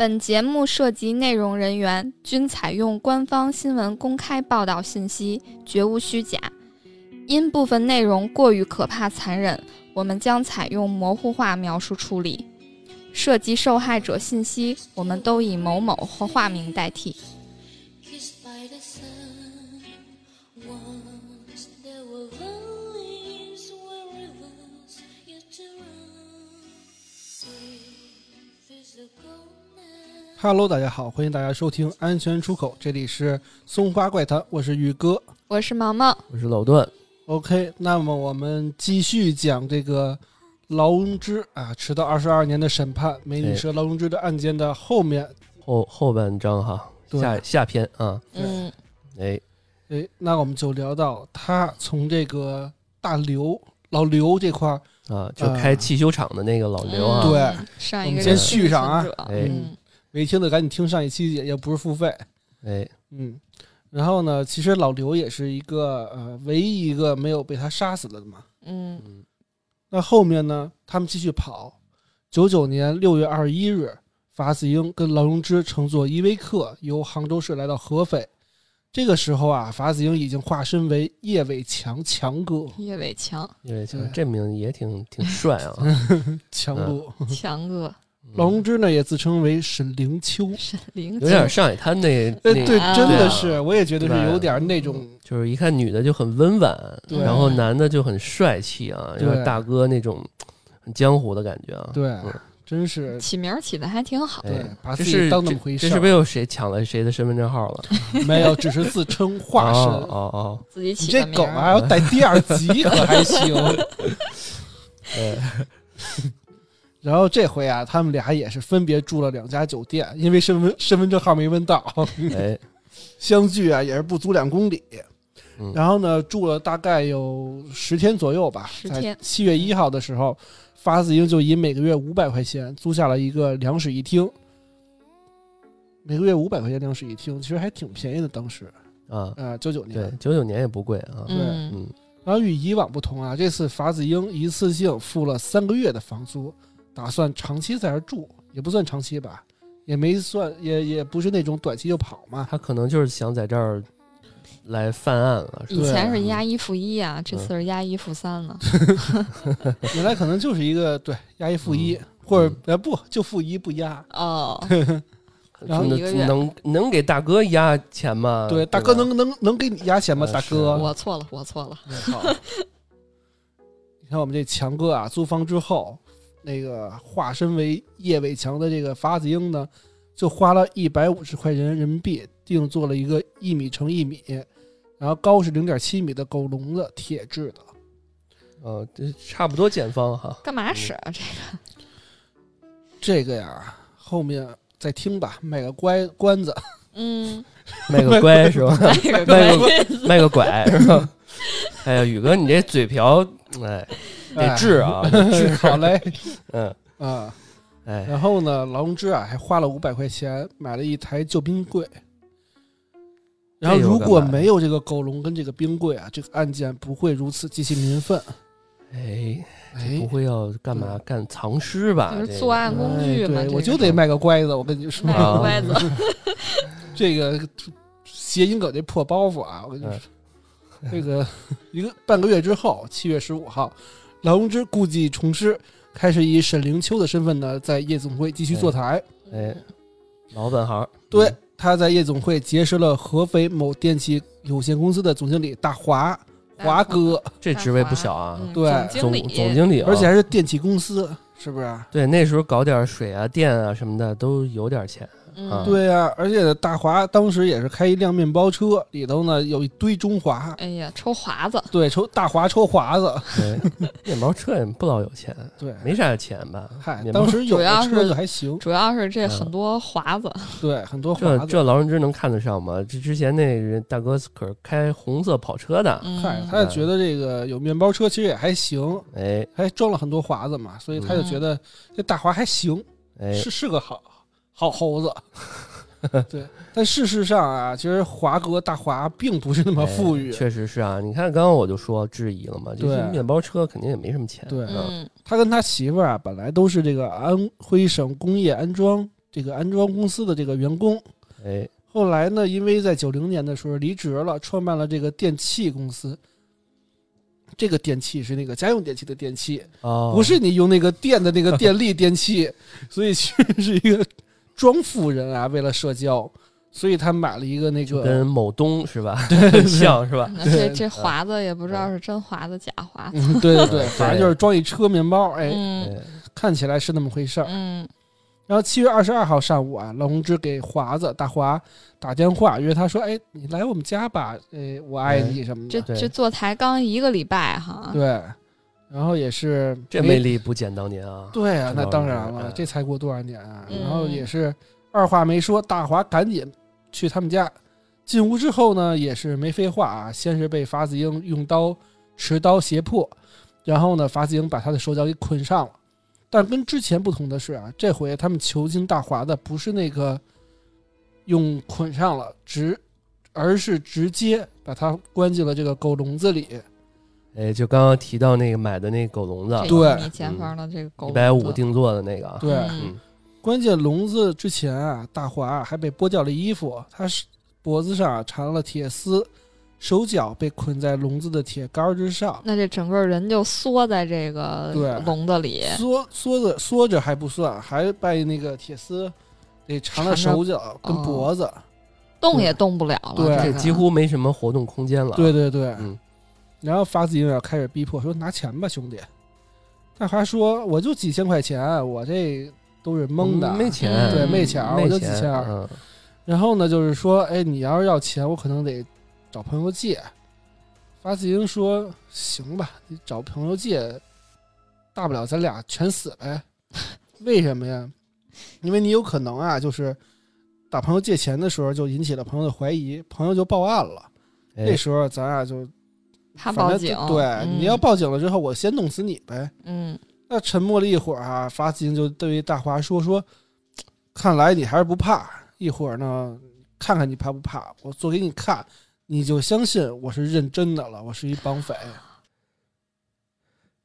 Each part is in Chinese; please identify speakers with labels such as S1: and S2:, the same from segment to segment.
S1: 本节目涉及内容人员均采用官方新闻公开报道信息，绝无虚假。因部分内容过于可怕残忍，我们将采用模糊化描述处理。涉及受害者信息，我们都以某某或化名代替。
S2: Kissed by the sun, once there were valleys where rivers used to run. Safe is the golden
S3: Hello，大家好，欢迎大家收听《安全出口》，这里是松花怪谈，我是宇哥。
S1: 我是毛毛，
S4: 我是老段，
S3: OK，那么我们继续讲这个劳荣枝啊，迟到二十二年的审判，美女蛇劳荣枝的案件的后面。
S4: 后后半章哈，
S3: 对
S4: 下下篇啊，
S3: 对
S1: 嗯，
S4: 哎，
S3: 哎，那我们就聊到他从这个大刘老刘这块儿，
S4: 啊，就开汽修厂的那个老刘啊，
S3: 嗯对
S1: 嗯，上一个
S3: 我们
S4: 先
S3: 续上啊
S1: 幸存者
S4: 哎
S1: 嗯
S3: 没听的赶紧听上一期，也也不是付费。
S4: 哎，
S3: 嗯，然后呢，其实老刘也是一个呃，唯一一个没有被他杀死的嘛。
S1: 嗯
S4: 嗯
S3: 那后面呢，他们继续跑。九九年六月二十一日，法子英跟劳荣枝乘坐依维柯由杭州市来到合肥。这个时候啊，法子英已经化身为叶伟强强哥，
S1: 叶伟强，
S4: 因为
S3: 对嗯
S4: 这名字也挺挺帅啊，
S3: 强哥。
S1: 强哥，
S3: 嗯劳荣
S4: 嗯
S3: 枝呢也自称为沈灵秋，
S1: 沈凌
S4: 有点上海滩那
S3: 哎，
S4: 那
S3: 对，
S1: 啊
S3: 真
S4: 对
S3: 的
S4: 啊
S3: 是，我也觉得是
S4: 对
S3: 有点那种，
S4: 就是一看女的就很温婉，
S3: 对
S4: 然后男的就很帅气啊，
S3: 对
S4: 有点大哥那种很江湖的感觉啊，
S3: 对
S4: 嗯，
S3: 真是
S1: 起名儿起的还挺好，
S3: 对
S4: 哎，
S3: 把自
S4: 这
S3: 己
S4: 是
S3: 当那么回
S4: 这
S3: 事
S4: 这是
S3: 儿
S4: 不，是又谁抢了谁的身份证号了？
S3: 没有，只是自称 化
S4: 哦
S3: 身。
S4: 哦哦，
S1: 自己
S3: 你
S1: 起
S3: 这
S1: 的名
S3: 狗
S1: 儿，
S3: 啊，要带第二 集可还行。
S4: 哎，
S3: 然后这回啊，他们俩也是分别住了两家酒店，因为身份身份证号没问到，
S4: 哎，
S3: 相距啊也是不足两公里。
S4: 嗯
S3: 然后呢，住了大概有十天左右吧，
S1: 10
S3: 在
S1: 天
S3: 七月一号的时候，法子英就以每个月五百块钱租下了一个两室一厅，每个月五百块钱两室一厅，其实还挺便宜的，当时
S4: 啊，
S3: 啊，九、九年。
S4: 对，九九年也不贵啊，
S1: 嗯，
S4: 嗯，
S3: 然后与以往不同啊，这次法子英一次性付了三个月的房租，打算长期在这儿住，也不算长期吧，也没算也也不是那种短期就跑 嘛。
S4: 他可能就是想在这儿来犯案了，是吧
S1: 以前是押一付一啊，这次是押一付三了，
S3: 原来可能就是一个对押一付一，
S4: 嗯
S3: 或者呃不就付一不押。
S1: 哦，
S3: 然后
S4: 真的
S1: 一个月
S4: 能能给大哥压钱吗？
S3: 对，大
S4: 啊吧
S3: 哥能能能给你押钱吗？
S4: 啊
S3: 大
S4: 是
S3: 哥，
S1: 我错了，我错了，
S3: 我操！ 你看我们这强哥啊，租房之后，那个化身为叶伟强的这个法子英呢，就花了一百五十块钱人民币定做了一个一米乘一米，然后高是零点七米的狗笼子，铁制的。
S4: 呃，这差不多检方哈，
S1: 干嘛使啊这个？
S3: 这个呀，后面再听吧，卖个乖关子。
S1: 嗯，
S4: 卖个 乖是吧？
S1: 这个
S4: 卖
S1: 关
S4: 个卖个 拐是吧？哎呀，宇哥，你这嘴瓢，哎，得治 啊，得
S3: 哎，
S4: 治
S3: 好嘞，
S4: 嗯，
S3: 啊。
S4: 哎，
S3: 然后呢，劳荣枝啊还花了五百块钱买了一台旧冰柜。然后
S4: 这有
S3: 如
S4: 干
S3: 果
S4: 嘛呀
S3: 没有这个狗笼跟这个冰柜啊，这个案件不会如此激起民愤。
S4: 哎，
S3: 哎
S4: 不，会要干嘛干藏尸吧？
S1: 就是
S4: 这个嗯
S1: 作案工
S3: 哎
S1: 具嘛，
S3: 对，
S1: 这
S3: 我
S1: 个
S3: 就得卖个乖子。我跟你说
S1: 卖，
S4: 啊
S1: 个乖子，
S3: 这个谐音梗这破包袱啊，我跟你说，
S4: 嗯
S3: 这个一个半个月之后，七月十五号，劳荣枝故技重施，开始以沈凌秋的身份呢，在夜总会继续坐台。
S4: 哎，老本行，
S3: 对
S4: 嗯，，
S3: 他在夜总会结识了合肥某电器有限公司的总经理大华
S1: 大
S3: 啊华哥，
S4: 这职位不小啊，
S1: 嗯
S3: 对
S4: 总
S1: 总经理，
S4: 总经理啊，
S3: 而且还是电器公司，是啊不是？
S4: 对那时候搞点水啊、电啊什么的都有点钱，
S1: 嗯
S4: 啊，
S3: 对呀、而且大华当时也是开一辆面包车，里头呢有一堆中华，
S1: 哎呀，抽华子，
S3: 对，抽大华抽华子，
S4: 对，面包车也不老有钱，
S3: 对，
S4: 没啥钱吧？
S3: 嗨，
S4: 面包
S3: 当时有
S1: 主要
S3: 的
S1: 是
S3: 车就还行，
S1: 主要是这
S4: 嗯
S1: 很多华子，
S3: 对，很多华
S4: 这
S3: 子，
S4: 这劳荣枝能看得上吗？这之前那人大哥可是开红色跑车的，
S3: 嗨，
S1: 嗯，
S3: 他就觉得这个有面包车其实也还行，
S4: 哎
S3: 还装了很多华子嘛，所以他
S4: 嗯
S3: 就觉得这大华还行，
S4: 哎，
S3: 是是个好好猴子。 对，但事实上啊，其实华哥大华并不是那么富裕
S4: 哎，确实是啊。你看刚刚我就说质疑了嘛，这些
S3: 对
S4: 面包车肯定也没什么钱，
S3: 对
S4: 嗯
S1: 嗯
S3: 啊他跟他媳妇儿啊，本来都是这个安徽省工业安装这个安装公司的这个员工。
S1: 嗯
S4: 哎，
S3: 后来呢，因为在九零年的时候离职了，创办了这个电器公司。这个电器是那个家用电器的电器，
S4: 哦，
S3: 不是你用那个电的那个电力电 器，所以其实是一个装富人啊，为了社交，所以他买了一个那
S4: 就
S3: 个
S4: 跟某东是吧？很像是吧？
S1: 那
S3: 对
S1: 这这华子也不知道是真华子假 华子，
S3: 嗯，对对对
S4: 对，
S3: 反正就是装一车面包，哎，
S1: 嗯
S3: 看起来是那么回事儿。
S1: 嗯
S3: 然后七月二十二号上午啊，老公只给华子大华打电话约他说：“哎，你来我们家吧，哎，我爱你什么
S1: 这
S3: 的。
S4: 对
S1: 这坐台刚一个礼拜哈，
S3: 对，然后也是
S4: 这魅力不减当年啊！
S3: 对啊，那
S4: 这倒
S3: 当
S4: 是
S3: 然了
S4: 嗯，
S3: 这才过多少年啊！
S1: 嗯
S3: 然后也是二话没说，大华赶紧去他们家。进屋之后呢，也是没废话啊，先是被法子英用刀持刀胁迫，然后呢，法子英把他的手脚给捆上了。但跟之前不同的是啊，这回他们囚禁大华的不是那个用捆上了，直而是直接把他关进了这个狗笼子里。
S4: 哎，就刚刚提到那个买的那狗笼
S1: 这
S4: 子，
S3: 对
S1: 一米前方的这个狗
S4: 一百五
S1: 笼子
S4: 定做的那个啊，
S3: 对，
S1: 嗯
S3: 关键笼子之前啊，大华啊还被剥掉了衣服，他是脖子上啊缠了铁丝，手脚被捆在笼子的铁杆之上，
S1: 那这整个人就缩在这个
S3: 对
S1: 笼子里，
S3: 缩缩着缩着还不算，还被那个铁丝给缠了
S1: 缠着
S3: 手脚跟
S1: 哦
S3: 脖子。
S1: 动也动不了了。
S3: 对
S1: 这
S4: 这
S1: 个
S4: 几乎没什么活动空间了。
S3: 对，对对，
S4: 嗯
S3: 然后法子英要开始逼迫说拿钱吧，兄弟。大华说我就几千块钱，我这都是蒙的。
S4: 没钱，
S3: 对，
S1: 嗯
S3: 没钱儿，我
S4: 没
S3: 就几
S4: 钱
S3: 千
S4: 儿，
S3: 二。
S4: 嗯
S3: 然后呢，就是说，哎，你要是要钱，我可能得找朋友借。发子英说：“行吧，你找朋友借，大不了咱俩全死呗。为什么呀？因为你有可能啊，就是打朋友借钱的时候，就引起了朋友的怀疑，朋友就报案了。那
S4: 哎，
S3: 时候咱俩就
S1: 怕
S3: 反
S1: 报
S3: 正
S1: 警，
S3: 对，
S1: 嗯
S3: 你要报警了之后，我先弄死你呗。
S1: 嗯
S3: 那沉默了一会儿啊，法子英就对大华说：“说，看来你还是不怕。一会儿呢，看看你怕不怕，我做给你看，你就相信我是认真的了，我是一绑匪。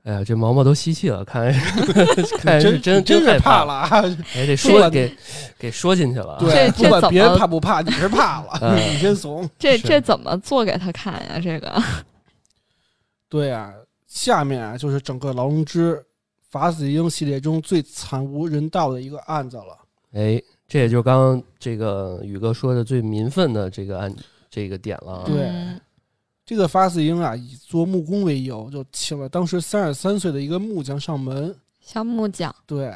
S4: 哎呀，这毛毛都吸气了，看 来看来哎是真
S3: 真真
S4: 害
S3: 是
S4: 怕
S3: 了啊！
S4: 哎，
S3: 不
S4: 这说
S3: 管
S4: 给给说进去了啊，
S3: 对，
S1: 这
S3: 不管
S1: 怎么
S3: 别人怕不怕，你是怕了，
S4: 嗯
S3: 你真怂。
S1: 这
S4: 是
S1: 这怎么做给他看呀？这个，
S3: 对啊，下面啊就是整个《劳荣枝》法子英系列中最惨无人道的一个案子了。
S4: 哎，这也就是刚刚这个宇哥说的最民愤的这个案这个点了啊。
S3: 对
S1: 嗯
S3: 这个法子英啊，以做木工为由，就请了当时三十三岁的一个木匠上门。
S1: 像木匠，
S3: 对，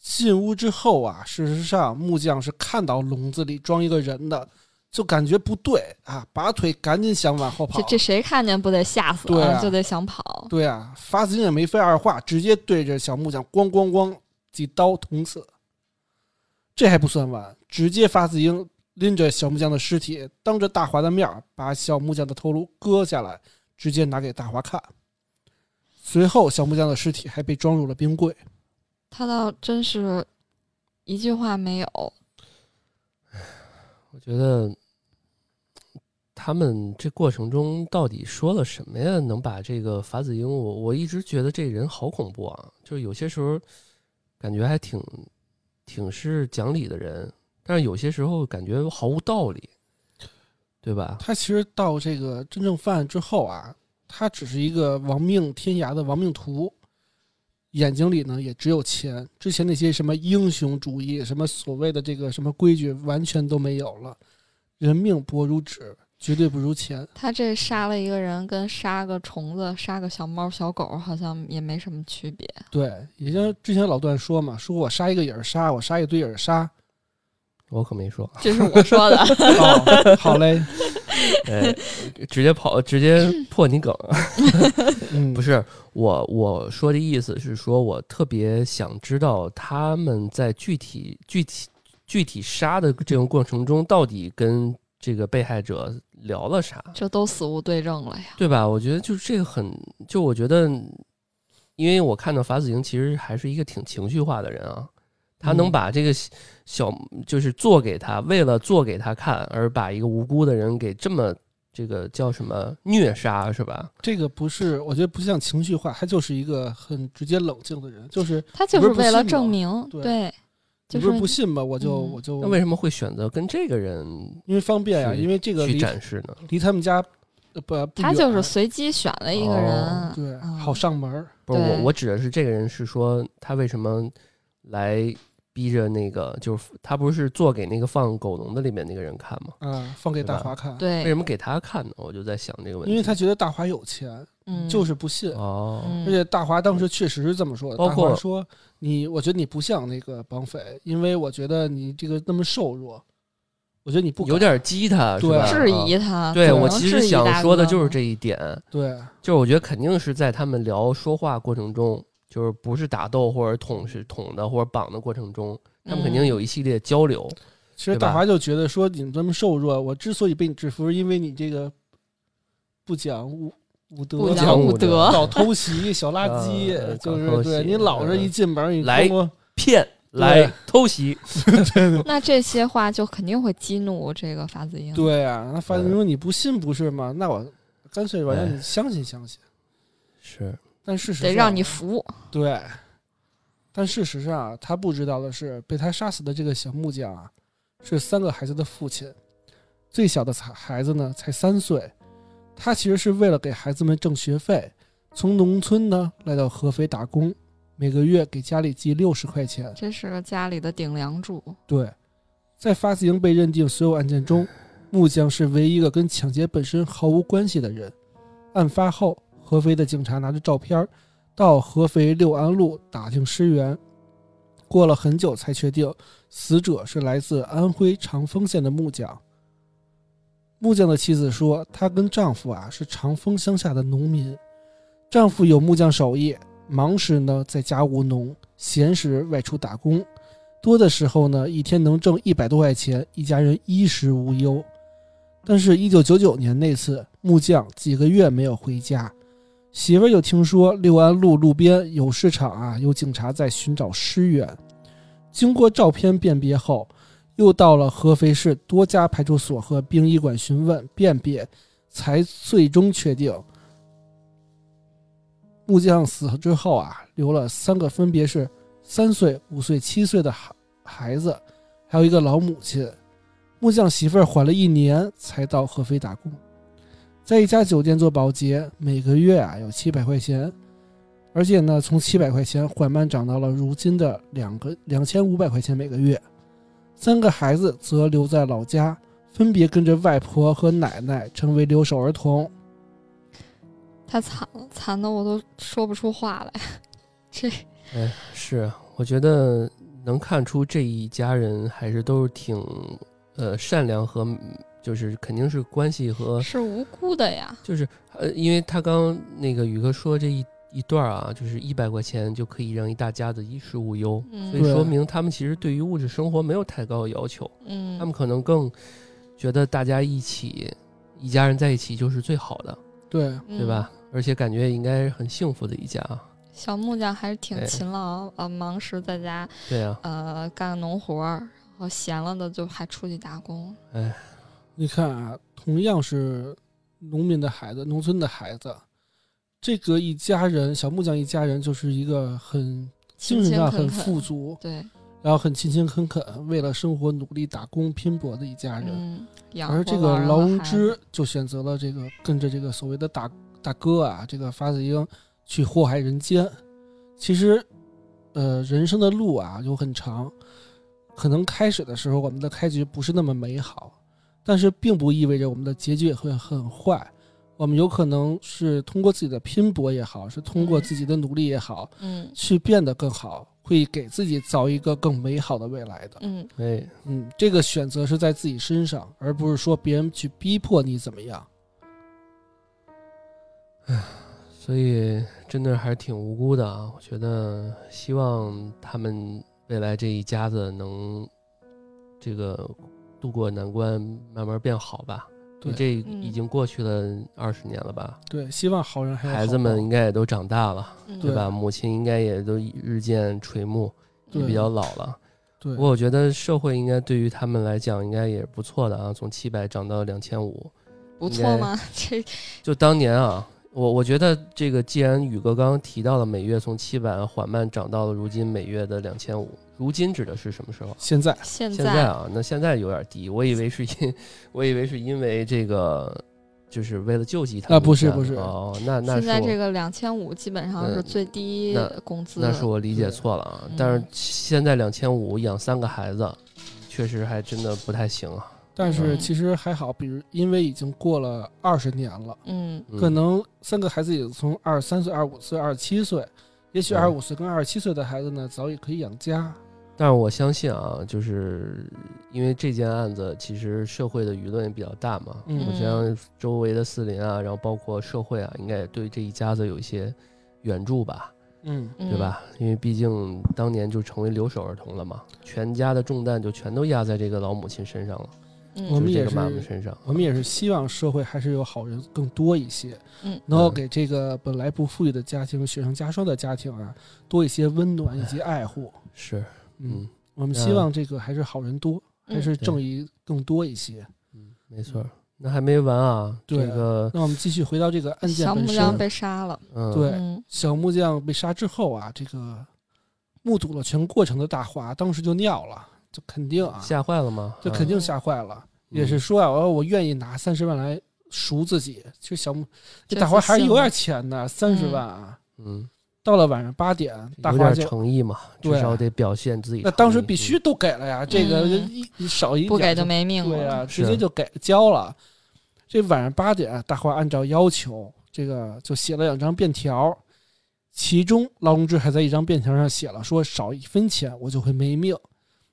S3: 进屋之后啊，事实上木匠是看到笼子里装一个人的，就感觉不对啊，拔腿赶紧想往后跑
S1: 这。这谁看见不得吓死
S3: 对啊
S1: 就得想跑。
S3: 对啊，法子英也没费二话，直接对着小木匠咣咣咣几刀捅死。这还不算完，直接法子英拎着小木匠的尸体，当着大华的面儿把小木匠的头颅割下来，直接拿给大华看。随后，小木匠的尸体还被装入了冰柜。
S1: 他倒真是一句话没有，
S4: 我觉得他们这过程中到底说了什么呀？能把这个法子英，我我一直觉得这人好恐怖啊！就是有些时候感觉还挺挺是讲理的人，但是有些时候感觉毫无道理，对吧？
S3: 他其实到这个真正犯案之后啊，他只是一个亡命天涯的亡命徒，眼睛里呢也只有钱。之前那些什么英雄主义、什么所谓的这个什么规矩，完全都没有了。人命薄如纸，绝对不如钱。
S1: 他这杀了一个人，跟杀个虫子、杀个小猫、小狗好像也没什么区别。
S3: 对，也像之前老段说嘛，说我杀一个也是杀，我杀一堆也是杀。
S4: 我可没 说，啊
S1: 这是我说的，
S3: 哦，好嘞，
S4: 哎，直接跑，直接破你梗啊！
S3: 嗯，
S4: 不是我我说的意思是说，我特别想知道他们在具体具体具体杀的这种过程中，到底跟这个被害者聊了啥，
S1: 这都死无对证了呀。
S4: 对吧？我觉得就是这个很，就我觉得，因为我看到法子英其实还是一个挺情绪化的人啊，他能
S3: 嗯
S4: 把这个小就是做给他，为了做给他看而把一个无辜的人给这么这个叫什么虐杀是吧？
S3: 这个不是，我觉得不像情绪化，他就是一个很直接冷静的人，就是
S1: 他就
S3: 不是不
S1: 为了
S3: 信吗
S1: 证明，
S3: 对
S1: 对就
S3: 你
S1: 是
S3: 不是不信吧？我就
S1: 嗯
S3: 我就
S4: 那为什么会选择跟这个人
S3: 因为方便呀，
S4: 去
S3: 因为这个
S4: 去
S3: 离
S4: 展示呢？
S3: 离他们家呃不不
S1: 他就是
S3: 远
S1: 随机选了一个人，
S4: 哦
S3: 对
S1: 嗯
S3: 好上门儿，
S4: 不是我
S1: 对，
S4: 我指的是这个人是说他为什么来逼着那个，就是他不是做给那个放狗笼的里面那个人看吗？
S3: 啊，放给
S4: 对吧
S3: 大华看，
S1: 对，
S4: 为什么给他看呢？我就在想这个问题，
S3: 因为他觉得大华有钱，
S1: 嗯
S3: 就是不信。
S4: 哦，
S1: 嗯
S3: 而且大华当时确实是这么说的，
S4: 包
S3: 大华
S4: 括
S3: 说你，我觉得你不像那个绑匪，因为我觉得你这个那么瘦弱，我觉得你不
S4: 有
S3: 敢
S4: 点激他，是
S3: 对
S4: 吧？
S1: 质
S4: 啊。
S1: 疑他，
S4: 对
S1: 只
S4: 我
S1: 能
S4: 其实
S1: 质疑
S4: 想
S1: 大
S4: 说的
S1: 哥
S4: 就是这一点，
S3: 对
S4: 就是我觉得肯定是在他们聊说话过程中，就是不是打斗或者捅是捅的或者绑的过程中，他们肯定
S1: 嗯
S4: 有一系列交流。
S3: 其实
S4: 对吧
S3: 大华就觉得说你这么瘦弱，我之所以被你制服，是因为你这个不讲武武德，
S1: 不
S4: 讲
S1: 讲
S4: 武
S1: 武 德，
S3: 老偷袭、小垃圾，
S4: 呃
S3: 就
S4: 搞
S3: 是
S4: 偷
S3: 对
S4: 袭
S3: 你老是
S4: 嗯
S3: 一进门你
S4: 来
S3: 通过
S4: 骗来偷袭，
S1: 那这些话就肯定会激怒这个法子英。
S3: 对啊，那发现
S4: 嗯
S3: 说你不信不是吗？那我干脆我让
S4: 哎
S3: 你相信相信，
S4: 是
S3: 但事实
S1: 得
S3: 上
S1: 让你服，
S3: 对，但事实上啊，他不知道的是，被他杀死的这个小木匠啊，是三个孩子的父亲，最小的孩孩子呢才三岁，他其实是为了给孩子们挣学费，从农村呢来到合肥打工，每个月给家里寄六十块钱。
S1: 这是个家里的顶梁柱。
S3: 对，在发子营被认定所有案件中，木匠是唯一一个跟抢劫本身毫无关系的人。案发后，合肥的警察拿着照片儿到合肥六安路打听尸源，过了很久才确定死者是来自安徽长丰县的木匠。木匠的妻子说，她跟丈夫啊是长丰乡下的农民，丈夫有木匠手艺，忙时呢在家务农，闲时外出打工。多的时候呢，一天能挣一百多块钱，一家人衣食无忧。但是，一九九九年那次，木匠几个月没有回家，媳妇儿就听说六安路路边有市场啊，有警察在寻找尸源。经过照片辨别后，又到了合肥市多家派出所和殡仪馆询问辨别，才最终确定。木匠死之后啊，留了三个，分别是三岁、五岁、七岁的孩孩子，还有一个老母亲。木匠媳妇儿缓了一年才到合肥打工，在一家酒店做保洁，每个月啊有七百块钱，而且呢从七百块钱缓慢涨到了如今的两个两千五百块钱每个月。三个孩子则留在老家，分别跟着外婆和奶奶成为留守儿童。
S1: 太惨了，惨的我都说不出话来。这
S4: 哎，是啊，我觉得能看出这一家人还是都是挺呃善良和就是肯定是关系 和
S1: 是无辜的呀，
S4: 就是呃，因为他刚那个宇哥说这一一段儿啊，就是一百块钱就可以让一大家子衣食无忧，
S1: 嗯
S4: 所以
S3: 对
S4: 说明他们其实对于物质生活没有太高的要求，
S1: 嗯，
S4: 他们可能更觉得大家一起一家人在一起就是最好的，
S3: 对，
S1: 嗯
S4: 对？吧？而且感觉应该是很幸福的一家啊，
S1: 小木匠还是挺
S4: 对
S1: 勤劳，呃，忙时在家
S4: 对啊，
S1: 呃干农活儿，然后闲了的就还出去打工。
S3: 你看啊，同样是农民的孩子，农村的孩子，这个一家人，小木匠一家人就是一个很精
S1: 勤
S3: 神
S1: 勤
S3: 上
S1: 恳
S3: 很
S1: 恳
S3: 富足，
S1: 对，
S3: 然后很勤勤恳恳，为了生活努力打工拼搏的一家人。
S1: 嗯，养
S3: 而
S1: 活
S3: 这
S1: 老
S3: 个
S1: 人
S3: 劳
S1: 和
S3: 荣
S1: 孩子，
S3: 枝就选择了这个跟着这个所谓的大大哥啊，这个法子英去祸害人间。其实，呃，人生的路啊有很长，可能开始的时候我们的开局不是那么美好，但是并不意味着我们的结局也会很坏。我们有可能是通过自己的拼搏也好，是通过
S1: 嗯
S3: 自己的努力也好，
S1: 嗯
S3: 去变得更好，会给自己造一个更美好的未来的。
S1: 嗯
S4: 哎，
S3: 嗯，这个选择是在自己身上，而不是说别人去逼迫你怎么样。
S4: 所以真的还是挺无辜的啊，我觉得希望他们未来这一家子能这个渡过难关，慢慢变好吧。
S3: 对
S4: 这
S1: 嗯
S4: 已经过去了二十年了吧？
S3: 对，希望好人还有好
S4: 孩子们
S3: 报
S4: 应该也都长大了，
S1: 嗯，
S4: 对吧？母亲应该也都日渐垂暮，也
S3: 对
S4: 比较老了。
S3: 对
S4: 不过我觉得社会应该对于他们来讲应该也是不错的啊，从七百涨到两千五。
S1: 不
S4: 应
S1: 错
S4: 该
S1: 吗？ 这
S4: 就当年啊，我我觉得这个既然宇哥刚刚提到了每月从七百缓慢涨到了如今每月的两千五，如今指的是什么时候？
S3: 现在
S1: 现
S4: 现在啊，那现在有点低，我以为是因，我以为是因为这个，就是为了救济他
S3: 啊
S4: 们
S3: 不是
S4: 这样
S3: 不是
S4: 哦，那那
S1: 现
S4: 是
S1: 在
S4: 我
S1: 这个两千五基本上
S4: 嗯
S1: 是最低工资
S4: 那是我理解
S3: 对
S4: 错了啊。
S1: 嗯
S4: 但是现在两千五养三个孩子，确实还真的不太行啊。
S3: 但是
S1: 嗯
S3: 其实还好，比如因为已经过了二十年了，
S1: 嗯
S4: 嗯
S3: 可能三个孩子也从二十三岁、二十五岁、二十七岁，也许
S4: 嗯
S3: 二十五岁跟二十七岁的孩子呢，早已可以养家。
S4: 但是我相信啊，就是因为这件案子，其实社会的舆论也比较大嘛。
S3: 嗯
S4: 我想周围的四邻啊，然后包括社会啊，应该也对这一家子有一些援助吧，
S3: 嗯，
S1: 嗯，
S4: 对？吧？因为毕竟当年就成为留守儿童了嘛，全家的重担就全都压在这个老母亲身上了，
S3: 我
S1: 嗯
S4: 就
S3: 们
S4: 是这
S3: 也
S4: 个妈
S3: 是
S4: 妈身上。
S3: 我们也是希望社会还是有好人更多一些，
S1: 嗯，
S3: 能够
S4: 嗯
S3: 给这个本来不富裕的家庭、雪上加霜的家庭啊，多一些温暖以及爱护。
S4: 是，嗯
S3: 嗯，，我们希望这个还是好人多，
S1: 嗯
S3: 还是正义更多一些。
S4: 嗯，没错儿。那还没完啊，
S3: 对
S4: 这个，
S3: 那我们继续回到这个案件
S1: 小
S3: 本
S1: 木匠
S3: 身。
S1: 被杀了，
S4: 嗯，
S3: 对
S1: 嗯
S3: 小木匠被杀之后啊，这个目睹了全过程的大华，当时就尿了，就肯定啊，
S4: 吓坏了吗？
S3: 就
S4: 啊
S3: 肯定吓坏了，
S4: 嗯
S3: 也是说啊，我我愿意拿三十万来赎自己。其实小木这
S1: 这
S3: 大华还是
S1: 次性
S3: 有点
S1: 的
S3: 钱的，三十万啊。
S4: 嗯，
S3: 到了晚上八点，大
S4: 有
S3: 华
S4: 点
S3: 就
S4: 诚意嘛，至
S3: 对啊
S4: 少得表现自己诚意。嗯
S3: 那当时必须都给了呀，这个
S1: 嗯
S3: 一一少一点
S1: 不给就没
S3: 没。
S1: 命
S3: 对
S1: 了，
S3: 啊，
S4: 是
S3: 直接就给交了。这晚上八点，大华按照要求，这个就写了两张便条，其中劳荣枝还在一张便条上写了说少一分钱我就会没命，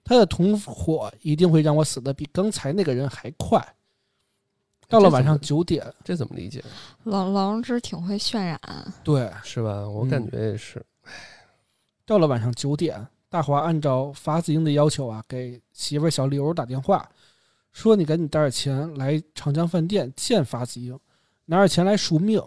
S3: 他的同伙一定会让我死的比刚才那个人还快。到了晚上
S4: 这怎么
S3: 九点，
S4: 这怎么理解？
S1: 老老荣枝挺会渲染，
S3: 对，
S4: 是吧？我
S3: 嗯
S4: 感觉也是，
S3: 到了晚上九点，大华按照法子英的要求啊，给媳妇儿小刘打电话，说你赶紧带着钱来长江饭店见法子英，拿着钱来赎命。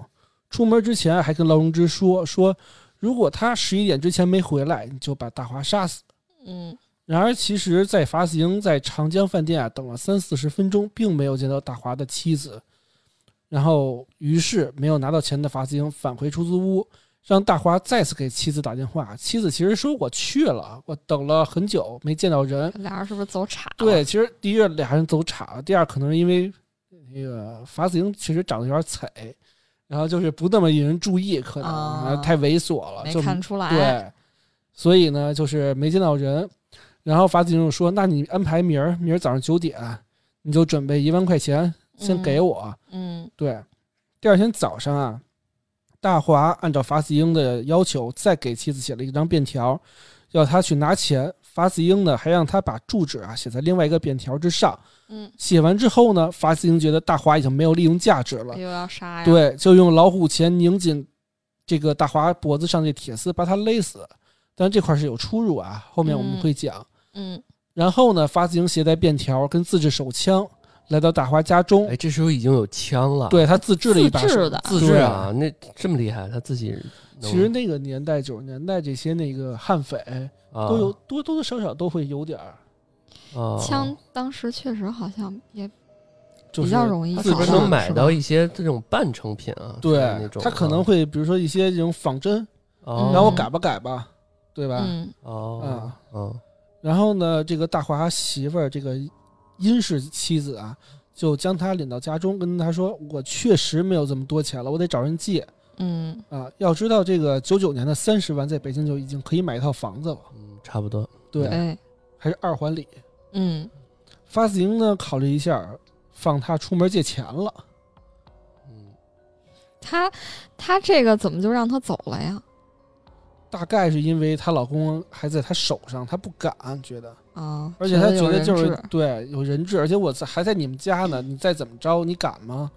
S3: 出门之前还跟劳荣枝说说，如果他十一点之前没回来，你就把大华杀死。
S1: 嗯
S3: 然而，其实，在法子英在长江饭店啊等了三四十分钟，并没有见到大华的妻子。然后，于是没有拿到钱的法子英返回出租屋，让大华再次给妻子打电话。妻子其实说：“我去了，我等了很久没见到人。
S1: 俩人是不是走岔”了？
S3: 对，其实第一个俩人走岔了，第二可能是因为那个法子英确实长得有点菜，然后就是不那么引人注意，可能、
S1: 啊
S3: 呃太猥琐了，
S1: 没
S3: 就
S1: 看出来，
S3: 对，所以呢，就是没见到人。然后法子就说：“那你安排明儿，明儿早上九点，你就准备一万块钱，先给我。
S1: 嗯
S3: 对，第二天早上啊，大华按照法子英的要求，再给妻子写了一张便条，要他去拿钱。法子英呢，还让他把住址啊写在另外一个便条之上。
S1: 嗯，
S3: 写完之后呢，法子英觉得大华已经没有利用价值了，
S1: 又要杀呀，，
S3: 对，就用老虎钳拧紧这个大华脖子上这铁丝，把他勒死。但这块是有出入啊，后面我们
S1: 嗯
S3: 会讲。
S1: 嗯
S3: 然后呢，法子英携带便条跟自制手枪来到大华家中，
S4: 哎，这时候已经有枪了，，
S3: 对他自制了一把
S1: 自制
S3: 手
S1: 的
S4: 自制啊，那这么厉害，他自己
S3: 对
S4: 能
S3: 其实那个年代，九十年代这些那个悍匪
S4: 啊
S3: 都有、多多多少少都会有点儿，
S4: 啊
S1: 枪当时确实好像也
S3: 就是
S1: 比较容易
S4: 他
S1: 找
S4: 是
S1: 到，
S4: 不是能买
S1: 是吧
S4: 到一些这种半成品啊？就是那
S3: 对
S4: 种
S3: 他可能会比如说一些这种仿真，
S4: 哦
S3: 然后改吧改吧，对吧？
S1: 嗯
S4: 哦
S3: 嗯
S4: 哦
S3: 然后呢，这个大华媳妇儿这个殷氏妻子啊，就将他领到家中，跟他说：“我确实没有这么多钱了，我得找人借
S1: 嗯
S3: 啊。”要知道，这个九九年的三十万在北京就已经可以买一套房子了，
S4: 嗯，差不多，
S3: 对，哎
S1: 对
S3: 还是二环里。
S1: 哎嗯
S3: 发子英呢，考虑一下，放他出门借钱了。
S4: 嗯，
S1: 他他这个怎么就让他走了呀？
S3: 大概是因为她老公还在她手上，她不敢，觉得，
S1: 啊，
S3: 而且她觉
S1: 有
S3: 得
S1: 人
S3: 就是
S1: 质
S3: 对有人质，而且我在还在你们家呢，你再怎么着，你敢吗？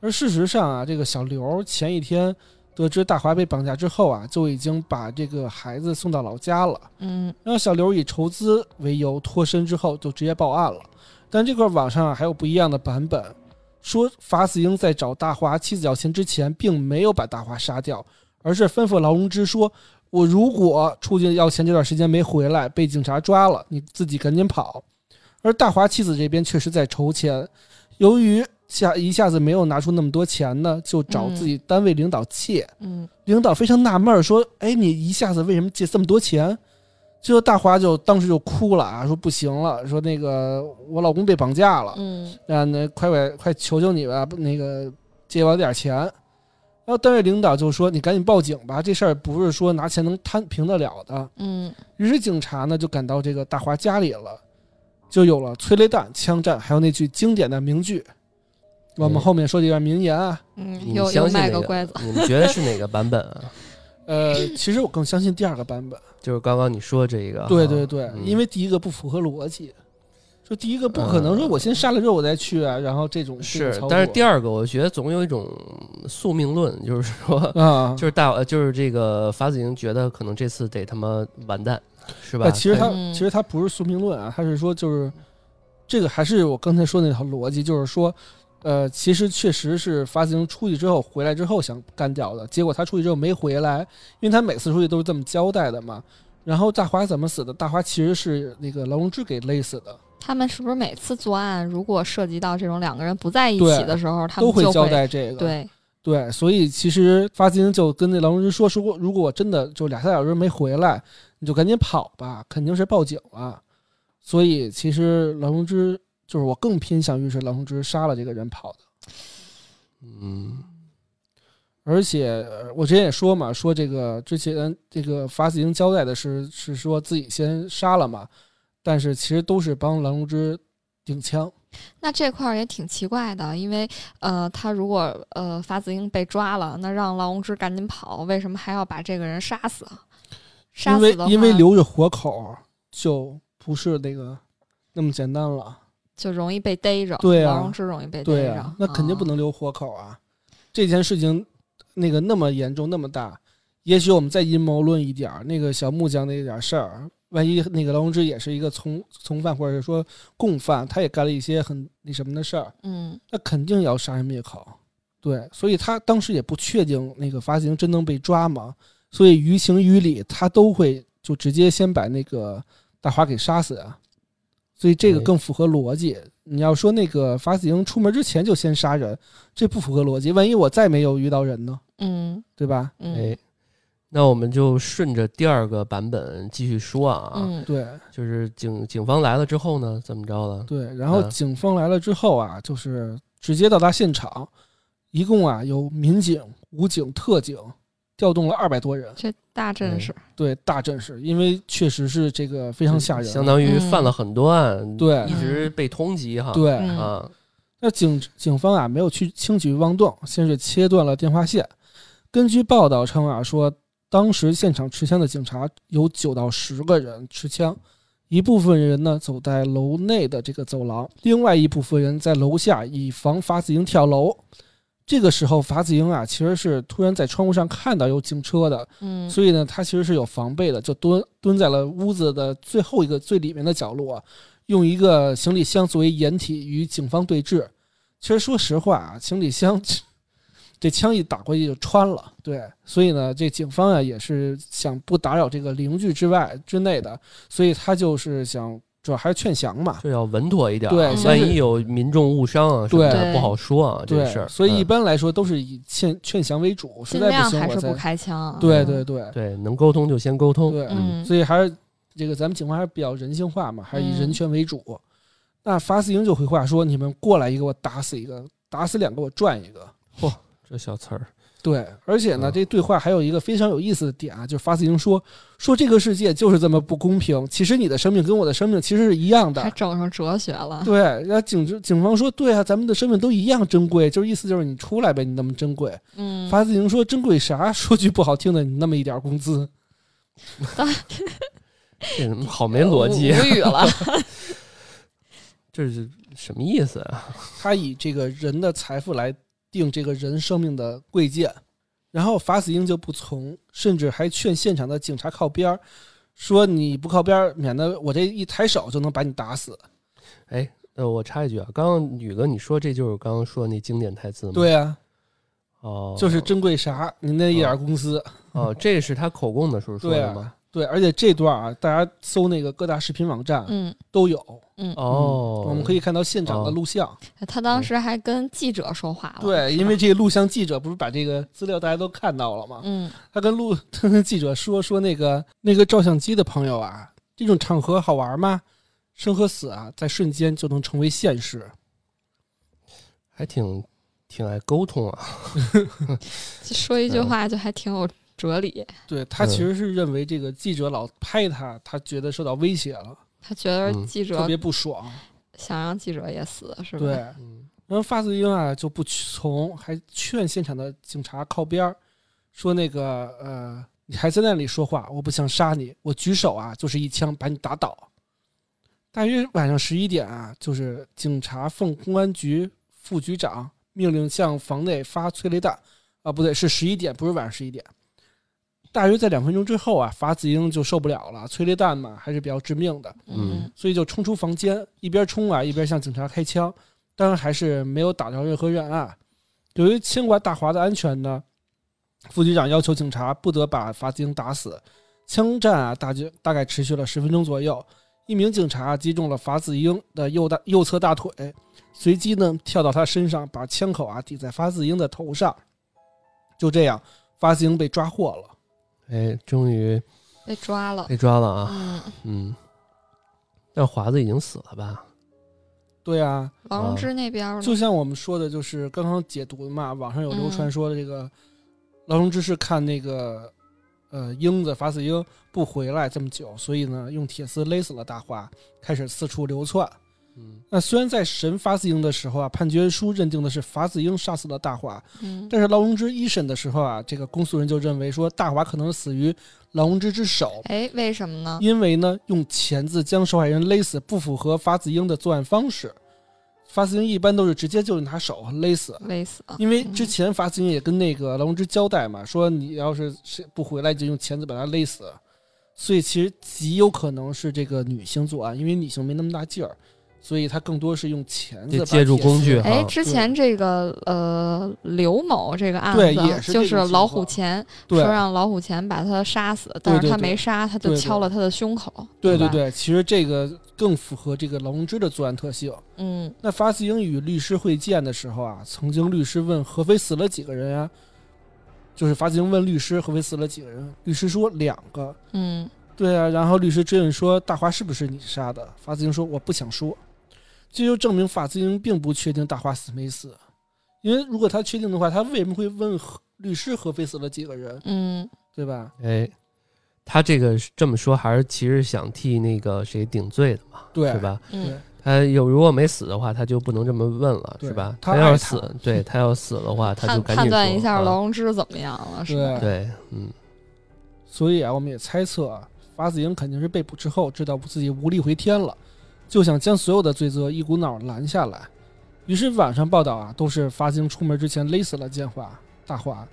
S3: 而事实上啊，这个小刘前一天得知大华被绑架之后啊，就已经把这个孩子送到老家了。
S1: 嗯
S3: 然后小刘以筹资为由脱身之后，就直接报案了。但这块网上啊还有不一样的版本，说法子英在找大华妻子要钱之前，并没有把大华杀掉，而是吩咐劳荣枝说：“我如果出去要钱这段时间没回来，被警察抓了，你自己赶紧跑。”而大华妻子这边确实在筹钱，由于下一下子没有拿出那么多钱呢，就找自己单位领导借。
S1: 嗯
S3: 领导非常纳闷儿说：“哎，你一下子为什么借这么多钱？”最后大华就当时就哭了啊，说不行了，说那个我老公被绑架了，
S1: 嗯
S3: 那那快快快求求你吧，那个借我点钱。然后单位领导就说：“你赶紧报警吧，这事儿不是说拿钱能摊平得了的。”
S1: 嗯
S3: 于是警察呢就赶到这个大华家里了，就有了催泪弹、枪战，还有那句经典的名句。我们
S4: 嗯
S3: 后面说这段名言啊，
S1: 嗯，
S4: 你
S1: 又又
S4: 相信
S1: 卖
S4: 那
S1: 个
S4: 个
S1: 乖子，
S4: 你们觉得是哪个版本啊？
S3: 呃，其实我更相信第二个版本。
S4: 就是刚刚你说这个哈，
S3: 对对对，
S4: 嗯
S3: 因为第一个不符合逻辑，说第一个不可能
S4: 嗯
S3: 说我先杀了之后我再去啊，然后这种
S4: 是，但是第
S3: 二
S4: 二个我觉得总有一种宿命论，就是说，
S3: 啊，
S4: 就是大呃就是这个法子营觉得可能这次得他妈完蛋，是吧？哎
S3: 呃其实他
S1: 嗯
S3: 其实他不是宿命论啊，他是说就是这个还是我刚才说那套逻辑，就是说。呃，其实确实是发行出去之后回来之后想干掉的，结果他出去之后没回来，因为他每次出去都是这么交代的嘛。然后大华怎么死的？大华其实是那个劳荣枝给勒死的，
S1: 他们是不是每次作案，如果涉及到这种两个人不在一
S3: 对
S1: 起的时候，他
S3: 都
S1: 们
S3: 会
S1: 就
S3: 交代这个。
S1: 对，
S3: 对，所以其实发金就跟那劳荣枝说，说如果我真的就俩仨小时没回来，你就赶紧跑吧，肯定是报警了。所以其实劳荣枝就是我更偏向于是劳荣枝杀了这个人跑的，
S4: 嗯，
S3: 而且呃我之前也说嘛，说这个之前这个法子英交代的是是说自己先杀了嘛，但是其实都是帮劳荣枝顶枪，
S1: 那这块儿也挺奇怪的，因为呃，他如果呃法子英被抓了，那让劳荣枝赶紧跑，为什么还要把这个人杀死？啊杀
S3: 因
S1: 死
S3: 为
S1: 的话，
S3: 因为留着活口就不是那个那么简单了。
S1: 就容易被逮着，
S3: 对啊
S1: 劳荣枝容易被逮
S3: 对
S1: 着，
S3: 啊，那肯定不能留活口啊！这件事情那个那么严重，那么大，也许我们再阴谋论一点儿，那个小木匠那点儿事儿，万一那个劳荣枝也是一个从从犯或者说共犯，他也干了一些很那什么的事儿，
S1: 嗯。
S3: 那肯定要杀人灭口。对，所以他当时也不确定那个发型真能被抓嘛，所以于情于理，他都会就直接先把那个大华给杀死啊。所以这个
S4: 对
S3: 更符合逻辑。你要说那个发型出门之前就先杀人，这不符合逻辑。万一我再没有遇到人呢，
S1: 嗯
S3: 对吧？
S1: 嗯
S4: 哎，那我们就顺着第二个版本继续说啊，
S1: 嗯
S3: 对
S4: 就是警警方来了之后呢，怎么着了？
S3: 对。然后
S4: 嗯
S3: 警方来了之后啊，就是直接到达现场，一共啊有民警、武警、特警，调动了二百多人。
S1: 这大阵
S3: 嗯
S1: 势，
S3: 对大阵势，因为确实是这个非
S4: 非
S3: 常吓人，
S4: 嗯相嗯当于犯了很多案，
S3: 对
S4: 一直被通缉哈，
S3: 对。
S1: 嗯
S4: 啊，
S3: 那警警方啊没有去轻举妄动，先是切断了电话线。根据报道称啊，说当时现场持枪的警察有九到十个人持枪，一部分人呢走在楼内的这个走廊，另外一部分人在楼下以防法子英跳楼。这个时候，法子英啊其实是突然在窗户上看到有警车的，
S1: 嗯
S3: 所以呢，他其实是有防备的，就蹲蹲在了屋子的最后一个最里面的角落，用一个行李箱作为掩体与警方对峙。其实说实话啊，行李箱 这枪一打过去就穿了，对，所以呢，这警方啊也是想不打扰这个邻居之外之内的，所以他就是想主要还是劝降嘛，
S4: 就要稳妥一点啊，
S3: 对
S1: 先
S4: 万
S3: 是
S4: 一有民众误伤啊什么
S1: 对
S4: 的，不好说啊，这个
S3: 对
S4: 事儿，，
S3: 所以一
S4: 嗯
S3: 般来说都是以劝劝降为主，实
S1: 尽
S3: 在
S1: 量
S3: 不行
S1: 还
S3: 我
S1: 是不嗯
S3: 再，
S1: 开枪。啊
S3: 对对对
S4: 对能沟通就先沟通，
S3: 对，
S1: 嗯
S3: 所以还是这个咱们警方还是比较人性化嘛，还是以
S1: 嗯
S3: 人权为主。那法子英就回话说：“你们过来一个，我打死一个；打死两个，我赚一个。
S4: 这小词儿，”
S3: 对，而且呢，
S4: 嗯
S3: 这对话还有一个非常有意思的点啊，就是法子英说：“说这个世界就是这么不公平，其实你的生命跟我的生命其实是一样
S1: 还
S3: 的。
S1: 整上哲学”了。
S3: 对，然后警警方说：“对啊，咱们的生命都一样珍贵，就是意思就是你出来呗，你那么珍贵。”
S1: 嗯，
S3: 法子英说：“珍贵啥？说句不好听的，你那么一点工资。”
S4: 这怎么好没逻辑啊
S1: 无，无语 了。
S4: 这是什么意思啊？
S3: 他以这个人的财富来定这个人生命的贵贱。然后法子英就不从，甚至还劝现场的警察靠边儿，说你不靠边儿，免得我这一抬手就能把你打死。
S4: 哎，呃，我插一句啊，刚刚宇哥你说这就是刚刚说的那经典台词吗？，
S3: 对啊，
S4: 哦，
S3: 就是珍贵啥，你那一点儿工资。
S4: 哦，这是他口供的时候说
S3: 对
S4: 的吗？
S3: 啊，对，而且这段啊，大家搜那个各大视频网站
S1: 嗯
S3: 都有，
S1: 嗯，
S4: 哦，
S3: 我们可以看到现场的
S4: 哦
S3: 录像。
S1: 他当时还跟记者说话了，
S3: 对，因为这个录像记者不是把这个资料大家都看到了吗？
S1: 嗯
S3: 他跟录 他跟记者说说那个那个照相机的朋友啊，这种场合好玩吗？生和死啊，在瞬间就能成为现实。
S4: 还挺挺爱沟通啊。
S1: 说一
S3: 嗯
S1: 句话就还挺有哲理，
S3: 对他
S4: 嗯
S3: 其实是认为这个记者老拍他，他觉得受到威胁了，
S1: 他觉得
S4: 嗯
S1: 记
S3: 特
S1: 者
S3: 别不爽。
S1: 想让记者也死是吧？
S3: 对，
S4: 嗯，
S3: 然后发自英啊就不从，还劝现场的警察靠边儿，说那个呃，你还在那里说话，我不想杀你，我举手啊就是一枪把你打倒。大约晚上十一点啊，就是警察奉公安局副局长命令向房内发催泪弹，啊不对，是十一点，不是晚上十一点。大约在两分钟之后啊，法子英就受不了了，催泪弹嘛还是比较致命的，
S1: 嗯
S3: 所以就冲出房间，一边冲啊，一边向警察开枪，当然还是没有打着任何人啊。由于牵挂大华的安全呢，副局长要求警察不得把法子英打死。枪战啊，大致大概持续了十分钟左右。一名警察击中了法子英的右大右侧大腿，随即呢跳到他身上，把枪口啊抵在法子英的头上。就这样，法子英被抓获了。
S4: 哎，终于
S1: 被抓
S3: 哎
S1: 了，
S4: 被抓了啊。
S1: 嗯，
S4: 嗯，但华子已经死了吧？
S3: 对啊，
S1: 王荣之那边儿呢
S3: 就像我们说的，就是刚刚解读的嘛，网上有流传说的这个劳荣枝是看那个呃英子法子英不回来这么久，所以呢用铁丝勒死了大花，开始四处流窜。
S4: 嗯，
S3: 那虽然在审法子英的时候啊，判决书认定的是法子英杀死了大华，
S1: 嗯，
S3: 但是劳荣枝一审的时候啊，这个公诉人就认为说大华可能死于劳荣枝之手，
S1: 哎，为什么呢？
S3: 因为呢，用钳子将受害人勒死不符合法子英的作案方式。法子英一般都是直接就拿手勒死，
S1: 勒死了，
S3: 因为之前法子英也跟那个劳荣枝交代嘛，说你要是谁不回来，就用钳子把他勒死。所以其实极有可能是这个女性作案，因为女性没那么大劲儿，所以她更多是用钳子
S4: 得
S3: 把
S4: 借助
S3: 铁丝
S4: 工具
S1: 哎，
S4: 啊
S1: 之前这个呃刘某这个案
S3: 对
S1: 子
S3: 也
S1: 啊
S3: 是
S1: 就
S3: 这
S1: 是
S3: 种情
S1: 老
S3: 况
S1: 虎钳，
S3: 对
S1: 哎说让老虎钳把他杀死，但是
S3: 对
S1: 他
S3: 对
S1: 没杀，他就
S3: 对对
S1: 敲了他的胸口。
S3: 对对
S1: 吧，
S3: 对，其实这个更符合这个劳荣枝的作案特性。
S1: 嗯
S3: 那法子英与律师会见的时候啊，曾经律师问合肥死了几个人啊？就是法子英问律师合肥死了几个人，律师说两个。
S1: 嗯，
S3: 对啊，然后律师追问说：“大华是不是你杀的？”法子英说：“我不想说。”这就证明法子英并不确定大华死没死，因为如果他确定的话，他为什么会问何律师合肥死了几个人，
S1: 嗯，
S3: 对吧？
S4: 哎，他这个这么说，还是其实想替那个谁顶罪的嘛，
S3: 对
S4: 是吧？
S1: 嗯，
S4: 他有如果没死的话，他就不能这么问了，
S3: 对
S4: 是吧？
S3: 他爱
S4: 要
S3: 他
S4: 是死，对他要死的话，他
S1: 判
S4: 就赶紧
S1: 判断
S4: 说
S1: 一下
S4: 啊
S1: 劳荣枝怎么样了，是吧？
S3: 对
S4: 对，嗯，
S3: 所以啊，我们也猜测啊，法子英肯定是被捕之后知道自己无力回天了，就想将所有的罪责一股脑儿拦下来。于是网上报道啊，都是法子英出门之前勒死了建华大华。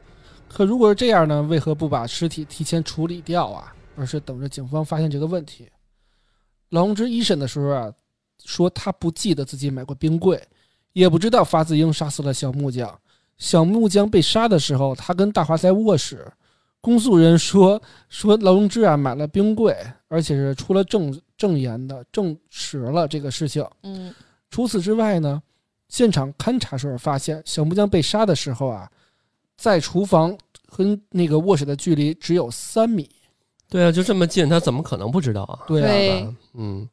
S3: 可如果是这样呢，为何不把尸体提前处理掉啊？而是等着警方发现这个问题？劳荣枝一审的时候啊，说他不记得自己买过冰柜，也不知道法子英杀死了小木匠。小木匠被杀的时候，他跟大华在卧室。公诉人说说劳荣枝啊买了冰柜，而且是出了证证言的，证实了这个事情。
S1: 嗯
S3: 除此之外呢，现场勘查时候发现，小木匠被杀的时候啊，在厨房和那个卧室的距离只有三米。
S4: 对啊，就这么近，他怎么可能不知道啊？
S3: 对啊，
S1: 对
S4: 是吧嗯，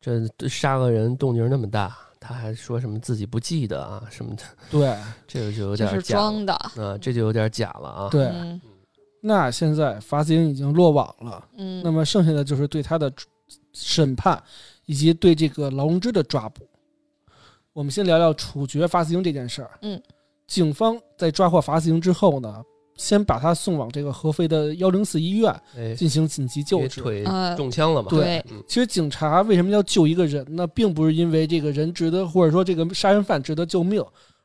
S4: 这杀个人动静那么大，他还说什么自己不记得啊什么的，
S3: 对
S4: 这个就有
S1: 就
S4: 点
S1: 是
S4: 假了，
S1: 装的。
S4: 啊，这就有点假了啊。
S3: 对
S1: 嗯
S3: 那现在法子英已经落网了，
S1: 嗯，
S3: 那么剩下的就是对他的审判，以及对这个劳荣枝的抓捕。我们先聊聊处决法子英这件事儿。
S1: 嗯，
S3: 警方在抓获法子英之后呢，先把他送往这个合肥的幺零四医院
S4: 哎，
S3: 进行紧急
S4: 因
S3: 救
S4: 为
S3: 治。
S4: 腿
S1: 呃
S4: 中枪了嘛？
S1: 对
S4: 嗯，
S3: 其实警察为什么要救一个人呢？并不是因为这个人值得，或者说这个杀人犯值得救命，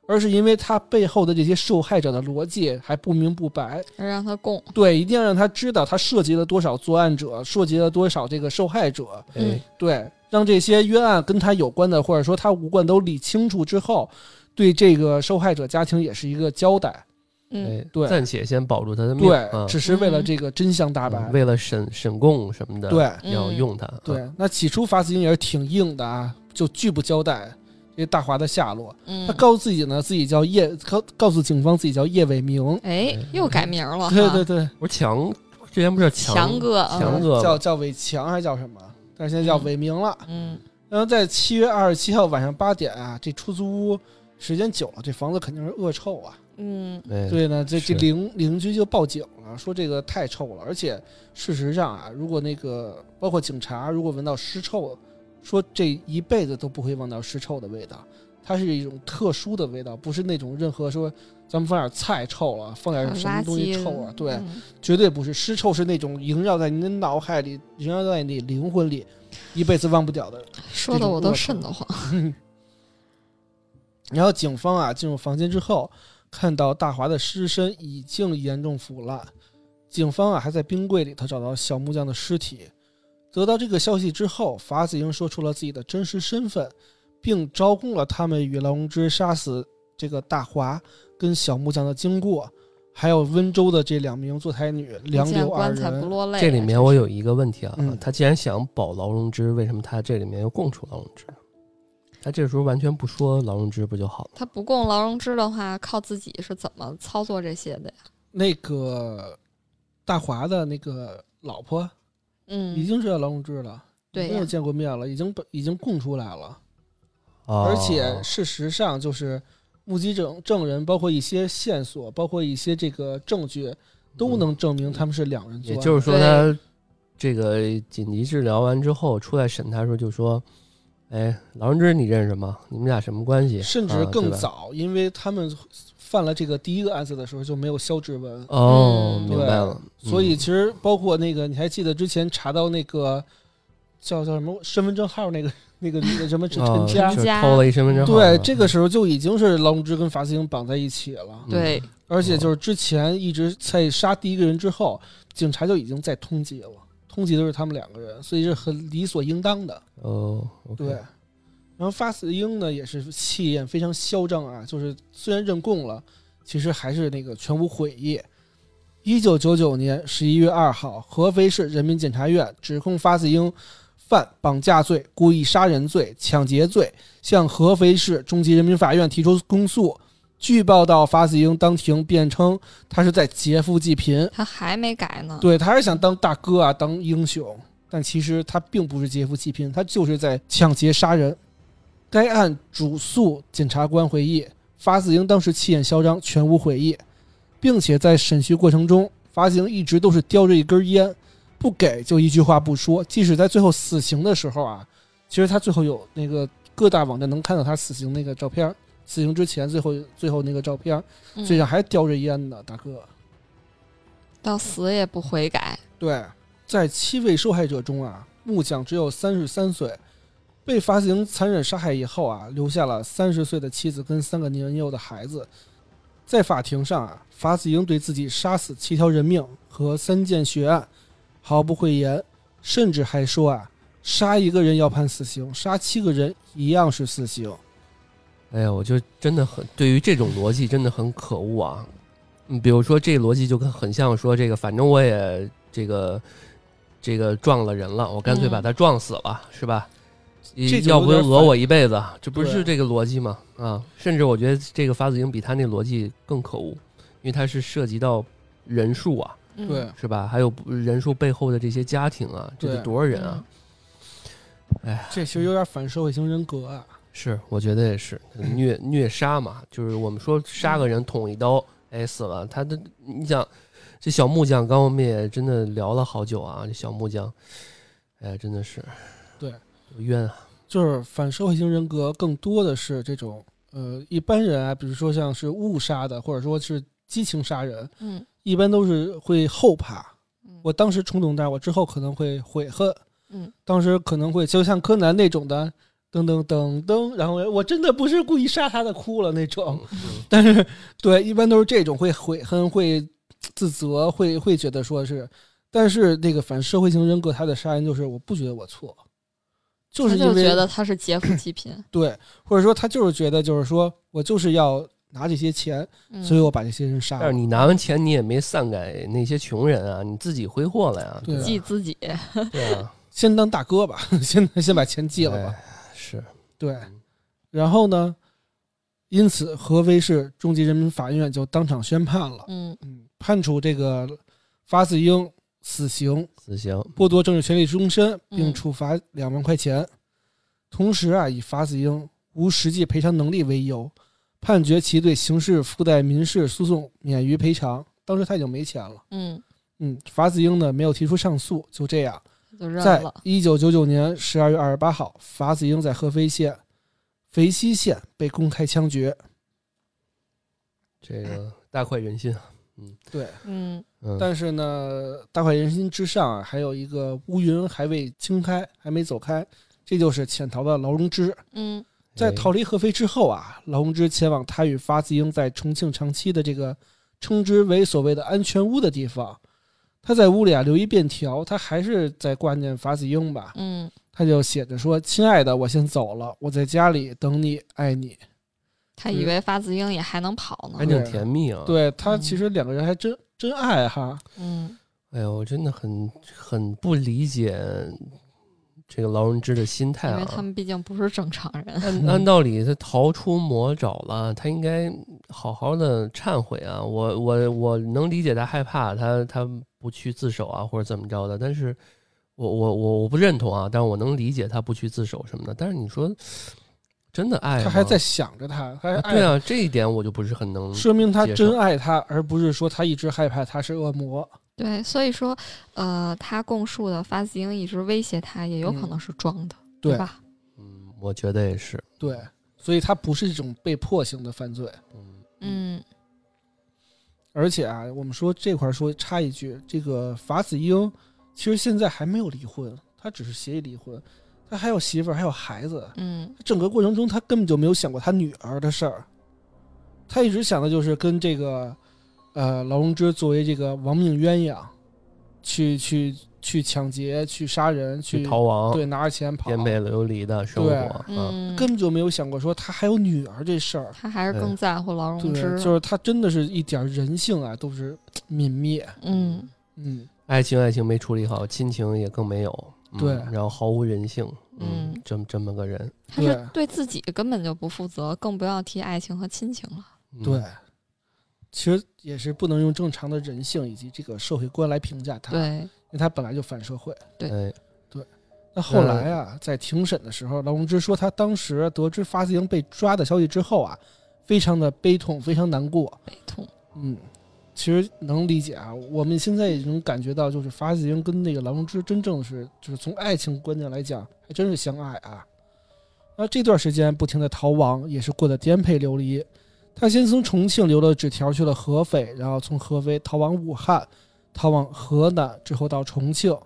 S3: 而是因为他背后的这些受害者的逻辑还不明不白。
S1: 让他供。
S3: 对，一定要让他知道他涉及了多少作案者，涉及了多少这个受害者。
S1: 嗯
S4: 哎，
S3: 对，让这些冤案跟他有关的，或者说他无关都理清楚之后，对这个受害者家庭也是一个交代。
S1: 嗯，
S4: 哎，
S3: 对
S4: 暂且先保住他的命，啊
S3: 对，只是为了
S1: 嗯
S3: 这个真相大
S4: 嗯
S3: 白。
S4: 为了审审供什么的，，
S3: 对
S4: 要
S1: 嗯
S4: 用它，啊，
S3: 对，那起初法子英也是挺硬的啊，就拒不交代这大华的下落。
S1: 嗯
S3: 他，告诉自己呢，自己叫叶，告告诉警方自己叫叶伟明。
S1: 哎，又改名儿了哈，
S3: 对对对，
S4: 我强之前不是强
S1: 强哥，
S4: 强
S1: 嗯
S4: 哥吧
S3: 叫叫伟强还叫什么？但是现在叫伟明了。
S1: 嗯
S3: 然后在七月二十七号晚上八点啊，这出租屋时间久了，这房子肯定是恶臭啊。
S1: 嗯
S4: 哎，
S3: 所以呢，这这
S4: 是
S3: 邻邻居就报警了，说这个太臭了。而且事实上啊，如果那个包括警察，如果闻到尸臭，说这一辈子都不会忘掉尸臭的味道。它是一种特殊的味道，不是那种任何说咱们放点菜臭了，放点什么
S1: 垃
S3: 东西
S1: 圾
S3: 臭啊，对，
S1: 嗯
S3: 绝对不是尸臭，是那种萦绕在你的脑海里，萦绕在你的灵魂里，一辈子忘不掉的。
S1: 说的我都瘆得慌。
S3: 然后警方啊进入房间之后，看到大华的尸身已经严重腐烂，警方啊还在冰柜里头找到小木匠的尸体。得到这个消息之后，法子英说出了自己的真实身份，并招供了他们与龙之杀死这个大华跟小木匠的经过，还有温州的这两名坐台女梁
S1: 见
S3: 柳二
S1: 棺材不
S3: 人。
S1: 落泪，
S4: 这里面我有一个问题啊，
S3: 嗯
S4: 他既然想保劳荣枝，为什么他这里面又供出劳荣枝？他这时候完全不说劳荣枝不就好了？
S1: 他不供劳荣枝的话，靠自己是怎么操作这些的呀？
S3: 那个大华的那个老婆已
S1: 嗯，
S3: 经知道龙之了，
S1: 对
S3: 没
S1: 呀
S3: 有见过面了，已经已经供出来了。
S4: 哦
S3: 而且事实上，就是目击证证人，包括一些线索，包括一些这个证据，都能证明他们是两人作
S4: 嗯也
S3: 案。
S4: 就是说，
S1: 对
S4: 他这个紧急治疗完之后出来审他的时候就说：“哎，劳荣枝你认识吗？你们俩什么关系？”
S3: 甚至
S4: 啊
S3: 更。
S4: 对吧
S3: 早，因为他们犯了这个第一个案子的时候就没有消质问，
S4: 哦，
S1: 嗯
S4: 明白了。
S3: 对所以
S4: 嗯
S3: 其实包括那个，你还记得之前查到那个叫叫什么身份证号那个那个那个什么陈
S4: 哦
S3: 家。
S4: 就是
S1: 家
S4: 偷了一身份证号
S3: 对
S4: 码，，
S3: 这个时候就已经是劳荣枝跟法斯英绑在一起了，
S4: 嗯
S1: 对，
S3: 而且就是之前一直在杀第一个人之后，警察就已经在通缉了，通缉的是他们两个人，所以是很理所应当的。
S4: 哦，OK，
S3: 对，然后法死英呢也是气焰非常嚣张啊，就是虽然认供了，其实还是那个全无悔意。一九九九年十一月二号，合肥市人民检察院指控法死英犯绑架罪、故意杀人罪、抢劫罪，向合肥市中级人民法院提出公诉。据报道，法死英当庭辩称，他是在劫富济贫，
S1: 他还没改呢。
S3: 对他还是想当大哥啊，当英雄，但其实他并不是劫富济贫，他就是在抢劫杀人。该案主诉检察官回忆，法子英当时气焰嚣张，全无悔意，并且在审讯过程中，法子英一直都是叼着一根烟，不给就一句话不说。即使在最后死刑的时候啊，其实他最后有那个各大网站能看到他死刑那个照片儿，死刑之前最后最后那个照片儿，
S1: 嗯
S3: 嘴上还叼着烟呢，大哥。
S1: 到死也不悔改。
S3: 对，在七位受害者中啊，木匠只有三十三岁，被法刑残忍杀害以后啊，留下了三十岁的妻子跟三个年幼的孩子。在法庭上啊，法子英对自己杀死七条人命和三件血案毫不讳言，甚至还说啊，杀一个人要判死刑，杀七个人一样是死刑。
S4: 哎呀，我就真的很对于这种逻辑真的很可恶啊！你比如说这逻辑就跟很像说这个，反正我也这个这个撞了人了，我干脆把
S1: 嗯
S4: 他撞死了，是吧？
S3: 这就
S4: 要
S3: 有
S4: 不就
S3: 点
S4: 讹
S3: 反
S4: 我一辈子，啊这不
S3: 对
S4: 是这个逻辑吗？啊，甚至我觉得这个法子英比他那逻辑更可恶，因为他是涉及到人数啊，
S1: 嗯
S3: 对，，
S4: 是吧？还有人数背后的这些家庭啊，这得
S3: 对嗯
S4: 多少人啊？
S3: 这其实有点反社会型人格啊。
S4: 是，我觉得也是虐
S3: 嗯
S4: 虐杀嘛，就是我们说杀个人捅一刀，哎死了，他的你想这小木匠，刚我们也真的聊了好久啊，这小木匠，哎真的是
S3: 对
S4: 有冤啊，
S3: 就是反社会型人格更多的是这种呃一般人啊，比如说像是误杀的，或者说是激情杀人，
S1: 嗯
S3: 一般都是会后怕。
S1: 嗯
S3: 我当时冲动，但是我之后可能会悔恨。
S1: 嗯，
S3: 当时可能会就像柯南那种的，噔噔噔噔，然后我真的不是故意杀他的，哭了那种。
S4: 嗯嗯
S3: 但是对，一般都是这种会悔恨、会自责、会会觉得说是，但是那个反社会型人格，他的杀人就是我不觉得我错，就是
S1: 他
S3: 因为
S1: 觉得他是劫富济贫。
S3: 对，或者说他就是觉得，就是说我就是要拿这些钱，
S1: 嗯
S3: 所以我把这些人杀
S4: 但是
S3: 了。
S4: 你拿完钱，你也没散给那些穷人啊，你自己挥霍了呀，
S3: 对啊
S1: 记自己，
S4: 对 啊，
S3: 先当大哥吧， 先先把钱借了吧。
S4: 哎，是，嗯
S3: 对，然后呢，因此合肥市中级人民法院就当场宣判了，
S1: 嗯
S3: 嗯，判处这个法子英死刑，
S4: 死刑，
S3: 剥夺政治权利终身，并
S1: 嗯
S3: 处罚两万块钱。同时啊，以法子英无实际赔偿能力为由，判决其对刑事附带民事诉讼免于赔偿。当时他已经没钱了，
S1: 嗯，
S3: 嗯，法子英呢没有提出上诉，就这样。
S1: 就认
S3: 在
S1: 了，
S3: 一九九九年十二月二十八号，法子英在合肥县肥西县被公开枪决。
S4: 这个大快人心啊，
S3: 对，
S1: 嗯
S4: 嗯，
S3: 但是呢，大快人心之上啊，还有一个乌云还未轻开，还没走开，这就是潜逃的劳荣枝。
S1: 嗯
S3: 在
S4: 哎
S3: 逃离合肥之后啊，劳荣枝前往他与法子英在重庆长期的这个称之为所谓的安全屋的地方。他在屋里啊留一便条，他还是在挂念法子英吧。
S1: 嗯，
S3: 他就写着说：“亲爱的，我先走了，我在家里等你，爱你。
S1: 他以为发自英也还能跑呢
S3: 哎
S4: 还，挺甜蜜啊，，
S3: 对他，
S1: 嗯
S3: 其实两个人还真真爱哈。
S1: 嗯
S4: 哎呦，我真的很很不理解这个劳荣枝的心态
S1: 因为
S4: 啊，
S1: 他们毕竟不是正常人，
S4: 按按道理，他逃出魔爪了，他应该好好的忏悔啊。我我我能理解他害怕，他他不去自首啊，或者怎么着的。但是我我我我不认同啊，但是我能理解他不去自首什么的。但是你说真的爱吗，
S3: 他还在想着他，他还
S4: 啊
S3: 爱
S4: 对啊，这一点我就不是很能
S3: 他，说明他
S4: 接受
S3: 真爱他，而不是说他一直害怕他是恶魔。
S1: 对，所以说，呃，他供述的发自英一直威胁他，也有可能是装的，
S3: 对
S1: 吧？
S4: 嗯，我觉得也是，
S3: 对，所以他不是这种被迫性的犯罪。
S4: 嗯，
S1: 嗯
S3: 而且啊，我们说这块儿说插一句，这个法子英其实现在还没有离婚，他只是协议离婚，他还有媳妇儿，还有孩子。
S1: 嗯
S3: 整个过程中，他根本就没有想过他女儿的事儿，他一直想的就是跟这个，呃，劳荣枝作为这个亡命鸳鸯，去去去抢劫、去杀人、
S4: 去
S3: 去
S4: 逃亡，
S3: 对，拿着钱跑，
S4: 颠沛流离的生活
S3: 对
S4: 啊，
S1: 嗯，
S3: 根本就没有想过说他还有女儿这事儿。
S1: 他还是更在乎劳荣
S3: 对
S1: 枝，，啊
S3: 就是他真的是一点人性啊都是泯灭。
S1: 嗯
S3: 嗯，
S4: 爱情爱情没处理好，亲情也更没有，嗯
S3: 对
S4: 然后毫无人性，嗯
S1: 嗯，
S4: 这么这么个人，
S1: 他是
S3: 对
S1: 对自己根本就不负责，更不要提爱情和亲情了。
S4: 嗯
S3: 对，，其实也是不能用正常的人性以及这个社会观来评价他，因
S1: 对，
S3: 为他本来就反社会。
S4: 哎，
S3: 那后来啊，在庭审的时候，劳荣枝说，他当时得知发子英被抓的消息之后啊，非常的悲痛，非常难过。
S1: 悲痛，
S3: 嗯，其实能理解啊，我们现在已经感觉到，就是发子英跟那个劳荣枝真正是，就是从爱情观念来讲，还真是相爱啊。那这段时间不停的逃亡，也是过得颠沛流离。他先从重庆留了纸条去了合肥，然后从合肥逃往武汉，逃往河南，之后到重庆。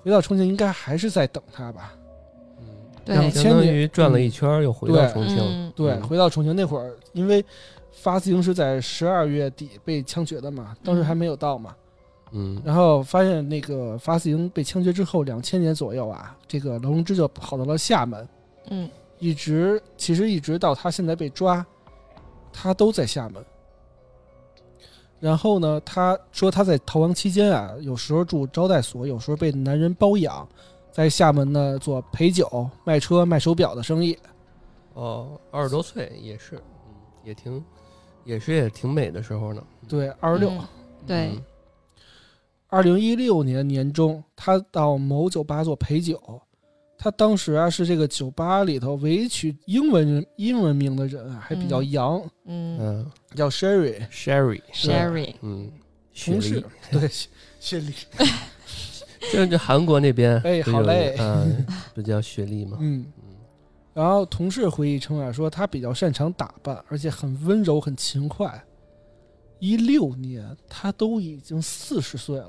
S3: 回到重庆应该还是在等他吧？两
S1: 对，
S4: 嗯相
S3: 千
S4: 当
S3: 年
S4: 于转了
S3: 嗯
S4: 一圈儿又回到
S3: 对
S4: 重庆，
S1: 嗯
S3: 对，
S4: 嗯
S3: 回到重庆那会儿，因为发自英是在十二月底被枪决的嘛，当时还没有到嘛。
S4: 嗯，
S3: 然后发现那个法子英被枪决之后，两千年左右啊，这个劳荣枝就跑到了厦门，
S1: 嗯
S3: 一直其实一直到他现在被抓，他都在厦门。然后呢，他说他在逃亡期间啊，有时候住招待所，有时候被男人包养，在厦门呢做陪酒、卖车、卖手表的生意。
S4: 哦，二十多岁也是，嗯，也挺，也是也挺美的时候呢，
S3: 对，二十六，
S1: 嗯对
S4: 嗯，
S3: 二零一六年年中，他到某酒吧做陪酒。他当时啊是这个酒吧里头唯一取英文人英文名的人啊，还比较洋，
S1: 嗯
S4: 嗯
S3: 叫 Sherry。
S4: ，Sherry，
S1: ，Sherry，
S4: 嗯，雪
S3: 同事
S4: 梨，
S3: 对，谢丽，
S4: 这这韩国那边，
S3: 哎好嘞
S4: 嗯，不叫雪莉吗？
S3: 嗯
S4: 嗯。
S3: 然后同事回忆称啊，说他比较擅长打扮，而且很温柔，很勤快。一六年，他都已经四十岁了，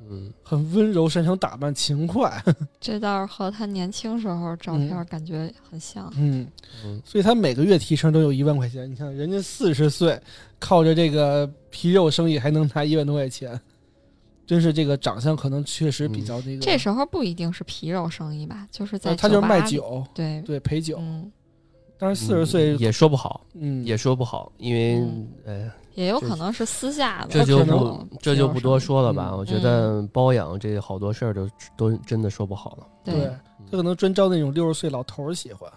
S4: 嗯，
S3: 很温柔，擅长打扮，勤快。
S1: 这倒是和他年轻时候照片感觉很像。
S3: 嗯，
S4: 嗯
S3: 所以他每个月提成都有一万块钱。你看，人家四十岁，靠着这个皮肉生意还能拿一万多块钱，真是这个长相可能确实
S4: 嗯
S3: 比较那个。
S1: 这时候不一定是皮肉生意吧，就是在
S3: 呃他就是
S1: 酒吧
S3: 卖
S1: 里，
S3: 酒，
S1: 对，
S3: 对陪酒。
S1: 嗯
S3: 但是四十岁，
S4: 也说不好，
S3: 嗯，
S4: 也说不好，因为
S1: 嗯
S4: 呃，
S1: 也有
S4: 这
S1: 可能是私下的，
S4: 这就
S3: 可
S4: 不
S3: 能
S4: 这就不多说了吧。
S3: 嗯
S4: 我觉得包养这好多事儿都都真的说不好了。
S3: 对，他可能专招那种六十岁老头儿喜欢，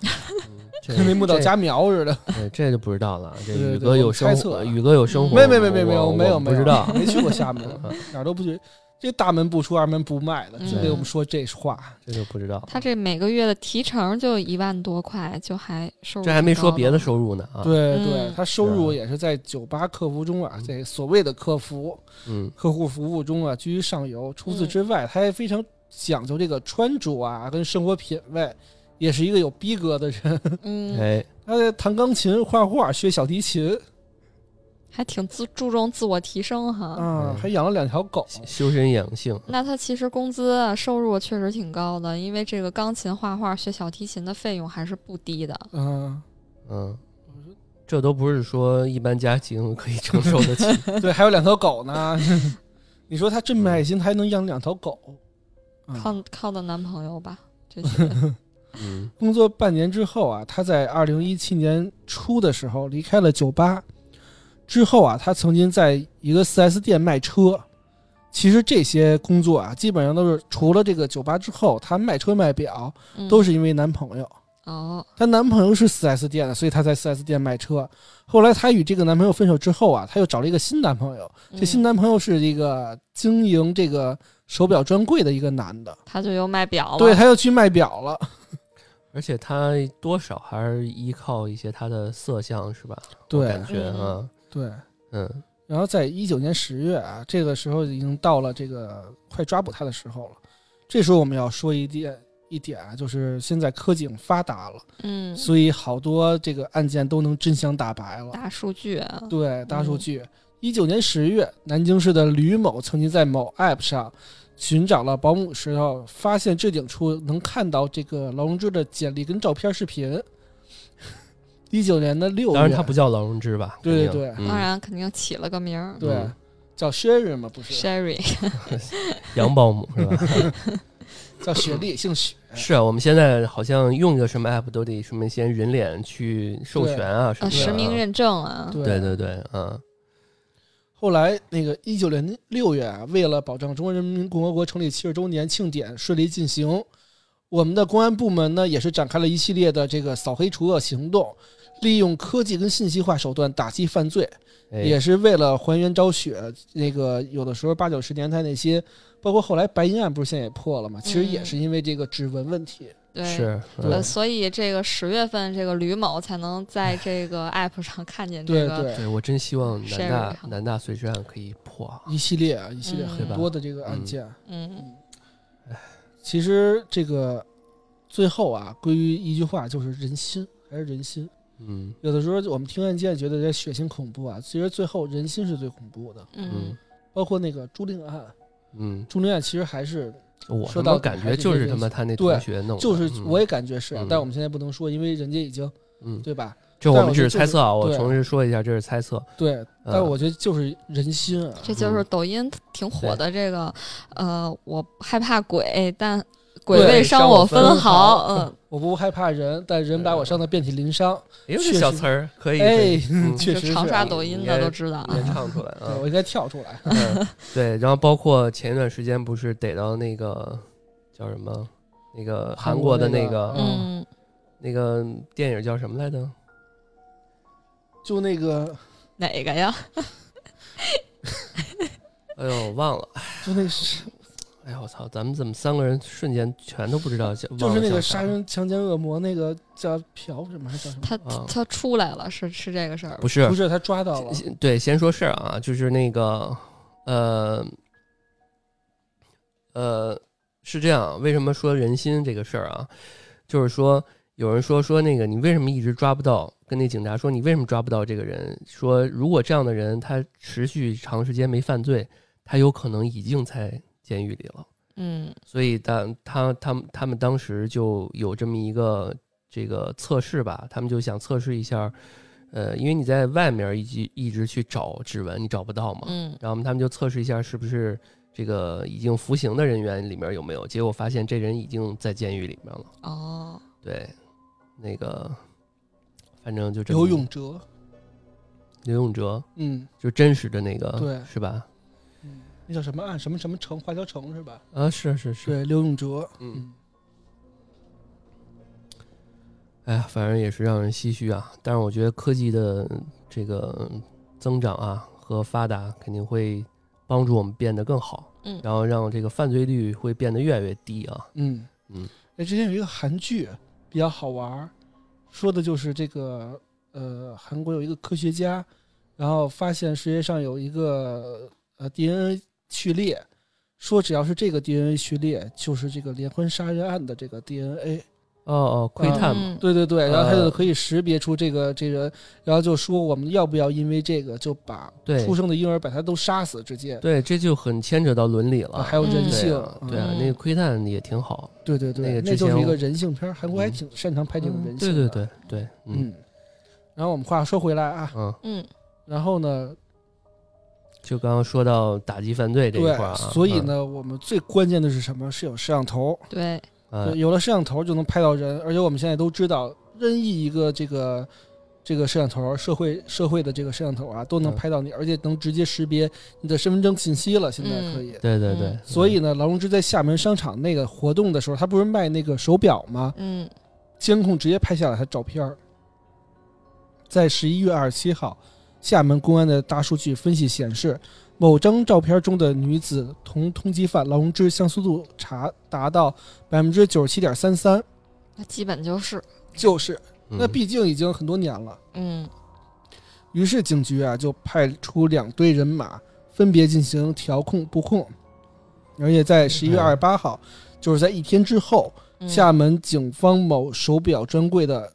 S4: 嗯 这
S3: 跟那木岛
S4: 这
S3: 佳苗似的。
S4: 哎，这就不知道了。
S3: 对
S4: 这
S3: 对
S4: 宇
S3: 对
S4: 哥
S3: 我
S4: 有
S3: 们猜
S4: 生
S3: 测
S4: 活，
S3: 啊
S4: 宇哥有生活，
S3: 没没没没
S4: 我
S3: 没有
S4: 我
S3: 没有
S4: 不
S3: 没
S4: 知
S3: 有 。
S4: 道啊
S3: 没去过厦 门，
S4: 嗯
S3: 哪儿都不去。这大门不出二门不迈的，就
S1: 嗯
S3: 给我们说这话。
S4: 这就不知道了。
S1: 他这每个月的提成就一万多块，就还收入
S4: 这还没
S1: 挺
S4: 说
S1: 高
S4: 别的
S1: 呢
S4: 收入呢啊。，
S3: 对
S1: 嗯
S3: 对，他收入
S4: 是啊
S3: 也是在酒吧客服中啊
S4: 嗯，
S3: 在所谓的客服
S4: 嗯，
S3: 客户服务中啊居于上游。除此
S1: 嗯
S3: 之外，他还非常讲究这个穿着啊，跟生活品味，也是一个有逼格的人。
S1: 嗯，
S4: 哎，
S3: 他在弹钢琴、画画、学小提琴
S1: 还挺自注重自我提升哈。
S3: 啊
S4: 嗯，
S3: 还养了两条狗。
S4: 修身养性，
S1: 那他其实工资啊收入确实挺高的，因为这个钢琴、画画、学小提琴的费用还是不低的。
S3: 嗯，
S4: 嗯，这都不是说一般家庭可以承受 得起。
S3: 对，还有两条狗呢。 你说他这么爱心，他还能养两条狗？啊
S1: 靠靠的男朋友吧，这些
S4: 嗯
S3: 工作半年之后啊，他在二零一七年初的时候离开了酒吧。之后啊，他曾经在一个 4S 店卖车。其实这些工作啊，基本上都是除了这个酒吧之后，她卖车卖表
S1: 嗯
S3: 都是因为男朋友。
S1: 哦，
S3: 她男朋友是 4S 店的，所以她在 4S 店卖车。后来她与这个男朋友分手之后啊，她又找了一个新男朋友。这
S1: 嗯
S3: 新男朋友是一个经营这个手表专柜的一个男的，
S1: 他就又卖表了，
S3: 对，他又去卖表了。
S4: 而且他多少还是依靠一些他的色相，是吧？我
S3: 对
S4: 感觉啊，
S3: 对，
S4: 嗯
S3: 然后在一九年十月啊，这个时候已经到了这个快抓捕他的时候了。这时候我们要说一点一点啊，就是现在科警发达了，
S1: 嗯，
S3: 所以好多这个案件都能真相大白了。
S1: 大数据啊，
S3: 对，大数据。一九年十月，南京市的吕某曾经在某 App 上寻找了保姆时候，发现置顶处能看到这个劳荣枝的简历跟照片、视频。 一九年的六月，
S4: 当然他不叫劳荣枝吧？
S3: 对
S4: 肯定
S3: 对对
S4: 嗯
S1: 当然肯定起了个名儿
S3: 对、
S4: 嗯
S3: 叫 Sherry 吗？不是，
S1: ，Sherry，
S4: 杨保姆是吧？
S3: 叫雪莉，姓雪。
S4: 是啊，我们现在好像用一个什么 app 都得什么先人脸去授权啊什
S1: 呃，
S4: 么的啊
S1: 实名。认证啊，
S3: 对
S4: 对对对，嗯，
S3: 后来那个一九年六月啊，为了保障中华人民共和国成立七十周年庆典顺利进行，我们的公安部门呢也是展开了一系列的这个扫黑除恶行动，利用科技跟信息化手段打击犯罪，
S4: 哎
S3: 也是为了还原昭雪。那个有的时候八九十年代那些，包括后来白银案不是现在也破
S1: 嗯
S3: 了吗？其实也是因为这个指纹问题。
S1: 对。
S4: 是，嗯
S1: 呃，所以这个十月份，这个吕某才能在这个 app 上看见这
S3: 对
S1: 嗯个
S3: 对，
S4: 对我真希望南大
S1: Sherry
S4: 南大碎尸案可以破啊。
S3: 一系列啊，一系列
S1: 嗯
S3: 很多的这个案件。啊
S1: 嗯，
S3: 其实这个最后啊，归于一句话，就是人心，还是人心。
S4: 嗯
S3: 有的时候我们听案件觉得这血腥恐怖啊，其实最后人心是最恐怖的。
S1: 嗯
S3: 包括那个朱令案，
S4: 嗯，
S3: 朱令案其实还是，
S4: 我他
S3: 说
S4: 妈
S3: 到
S4: 感
S3: 还
S4: 觉
S3: 是
S4: 就是
S3: 这
S4: 他妈
S3: 些
S4: 他那
S3: 对
S4: 同学弄的，
S3: 就是
S4: 嗯
S3: 我也感觉是啊，
S4: 嗯
S3: 但我们现在不能说，因为人家已经
S4: 嗯，
S3: 对吧？
S4: 这我们只是猜测啊，
S3: 但我觉
S4: 我
S3: 得就是
S4: 重新说一下，这是猜测。
S3: 对，但我觉得就是人心啊，
S1: 这就是
S4: 嗯
S1: 抖音挺火
S4: 对
S1: 的这个，呃，我害怕鬼，但鬼
S3: 对
S1: 未
S4: 伤
S1: 我
S4: 我
S1: 分
S4: 分
S1: 毫，
S3: 毫
S1: 嗯，
S3: 我不害怕人，但人把我伤得遍体鳞伤。
S4: 哎呦，
S3: 确
S4: 这
S3: 实
S4: 小词儿可以，可
S3: 哎
S4: 以嗯，
S3: 确实
S1: 就是常
S3: 啊
S1: 刷抖音的
S4: 也
S1: 都知道啊
S4: 别。唱出来
S3: 对
S4: 啊
S3: 我。应该跳出来。
S4: 嗯对，然后包括前一段时间不是逮到那个叫什么，那个韩
S3: 韩
S4: 国
S3: 国
S4: 的
S3: 那
S4: 那
S3: 个
S4: 个
S1: 嗯，
S4: 那个电影叫什么来着？
S3: 就那个，
S1: 哪个呀？
S4: 哎呦，忘了。
S3: 就那个是，
S4: 哎呦，我操！咱们怎么三个人瞬间全都不知道叫？
S3: 就
S4: 忘
S3: 是
S4: 了
S3: 那
S4: 叫
S3: 个
S4: 啥
S3: 杀人强奸恶魔，那个叫朴什么还是叫什么？
S1: 他
S4: 啊
S1: 他出来了，是是这个事儿吧。
S4: 不是
S3: 不是他抓到了，
S4: 先对，先说事儿啊，就是那个，呃，呃，是这样。为什么说人心这个事儿啊？就是说，有人说说那个，你为什么一直抓不到？跟那警察说，你为什么抓不到这个人？说如果这样的人他持续长时间没犯罪，他有可能已经在监狱里了。
S1: 嗯
S4: 所以当他他们他们当时就有这么一个这个测试吧，他们就想测试一下，呃，因为你在外面一直一直去找指纹，你找不到嘛，
S1: 嗯
S4: 然后他们就测试一下是不是这个已经服刑的人员里面有没有，结果发现这人已经在监狱里面了。
S1: 哦，
S4: 对，那个反正就这么
S3: 刘永哲，
S4: 刘永哲，
S3: 嗯，
S4: 就真实的那个，
S3: 对
S4: 是吧？
S3: 那叫什么案？啊什么什么城？华侨城是吧？
S4: 啊，是是是，
S3: 对，刘永哲，
S4: 嗯，哎呀，反正也是让人唏嘘啊。但是我觉得科技的这个增长啊和发达肯定会帮助我们变得更好，
S1: 嗯
S4: 然后让这个犯罪率会变得越来越低啊。
S3: 嗯
S4: 嗯。
S3: 哎，之前有一个韩剧比较好玩儿，说的就是这个呃，韩国有一个科学家，然后发现世界上有一个呃 DNA 序列，说只要是这个 DNA 序列，就是这个连环杀人案的这个 DNA。
S4: 哦哦，窥探嘛，
S1: 嗯
S3: 对对对，然后他就
S4: 呃
S3: 可以识别出这个这人，然后就说我们要不要因为这个就把
S4: 对
S3: 出生的婴儿把他都杀死，直接、
S4: 对，这就很牵扯到伦理了。
S3: 啊还有
S1: 嗯
S3: 人
S4: 对
S3: 性
S4: 啊，，对啊，
S1: 嗯
S4: 那个窥探也挺好。
S3: 对对对，
S4: 那个之
S3: 就是
S4: 前
S3: 一个
S4: 我
S3: 人性片儿，韩国还挺擅长拍这种人
S4: 嗯
S3: 性、啊
S4: 对对，对对，嗯
S3: 嗯。然后我们话说回来啊，
S4: 嗯，
S1: 嗯
S3: 然后呢，
S4: 就刚刚说到打击犯罪这一
S3: 对
S4: 块儿啊，，
S3: 所以呢，我们最关键的是什么？是有摄像头，
S1: 对，
S4: 嗯，
S3: 对
S4: 嗯
S3: 有了摄像头就能拍到人，而且我们现在都知道，任意一个这个这个摄像头，社会社会的这个摄像头啊，都能
S4: 嗯
S3: 拍到你，而且能直接识别你的身份证信息了，现在可以。
S4: 对对对
S1: 嗯，
S3: 所以呢，劳荣枝在厦门商场那个活动的时候，他不是卖那个手表吗？
S1: 嗯
S3: 监控直接拍下了他照片儿。在十一月二十七号，厦门公安的大数据分析显示，某张照片中的女子同通缉犯劳荣枝相似度查达到百分之九十七点三三，
S1: 那基本就是，
S3: 就是
S4: 嗯
S3: 那毕竟已经很多年了。
S1: 嗯
S3: 于是警局啊就派出两队人马，分别进行调控布控。而且在十一月二十八号，就是在一天之后，
S1: 嗯
S3: 厦门警方某手表专柜的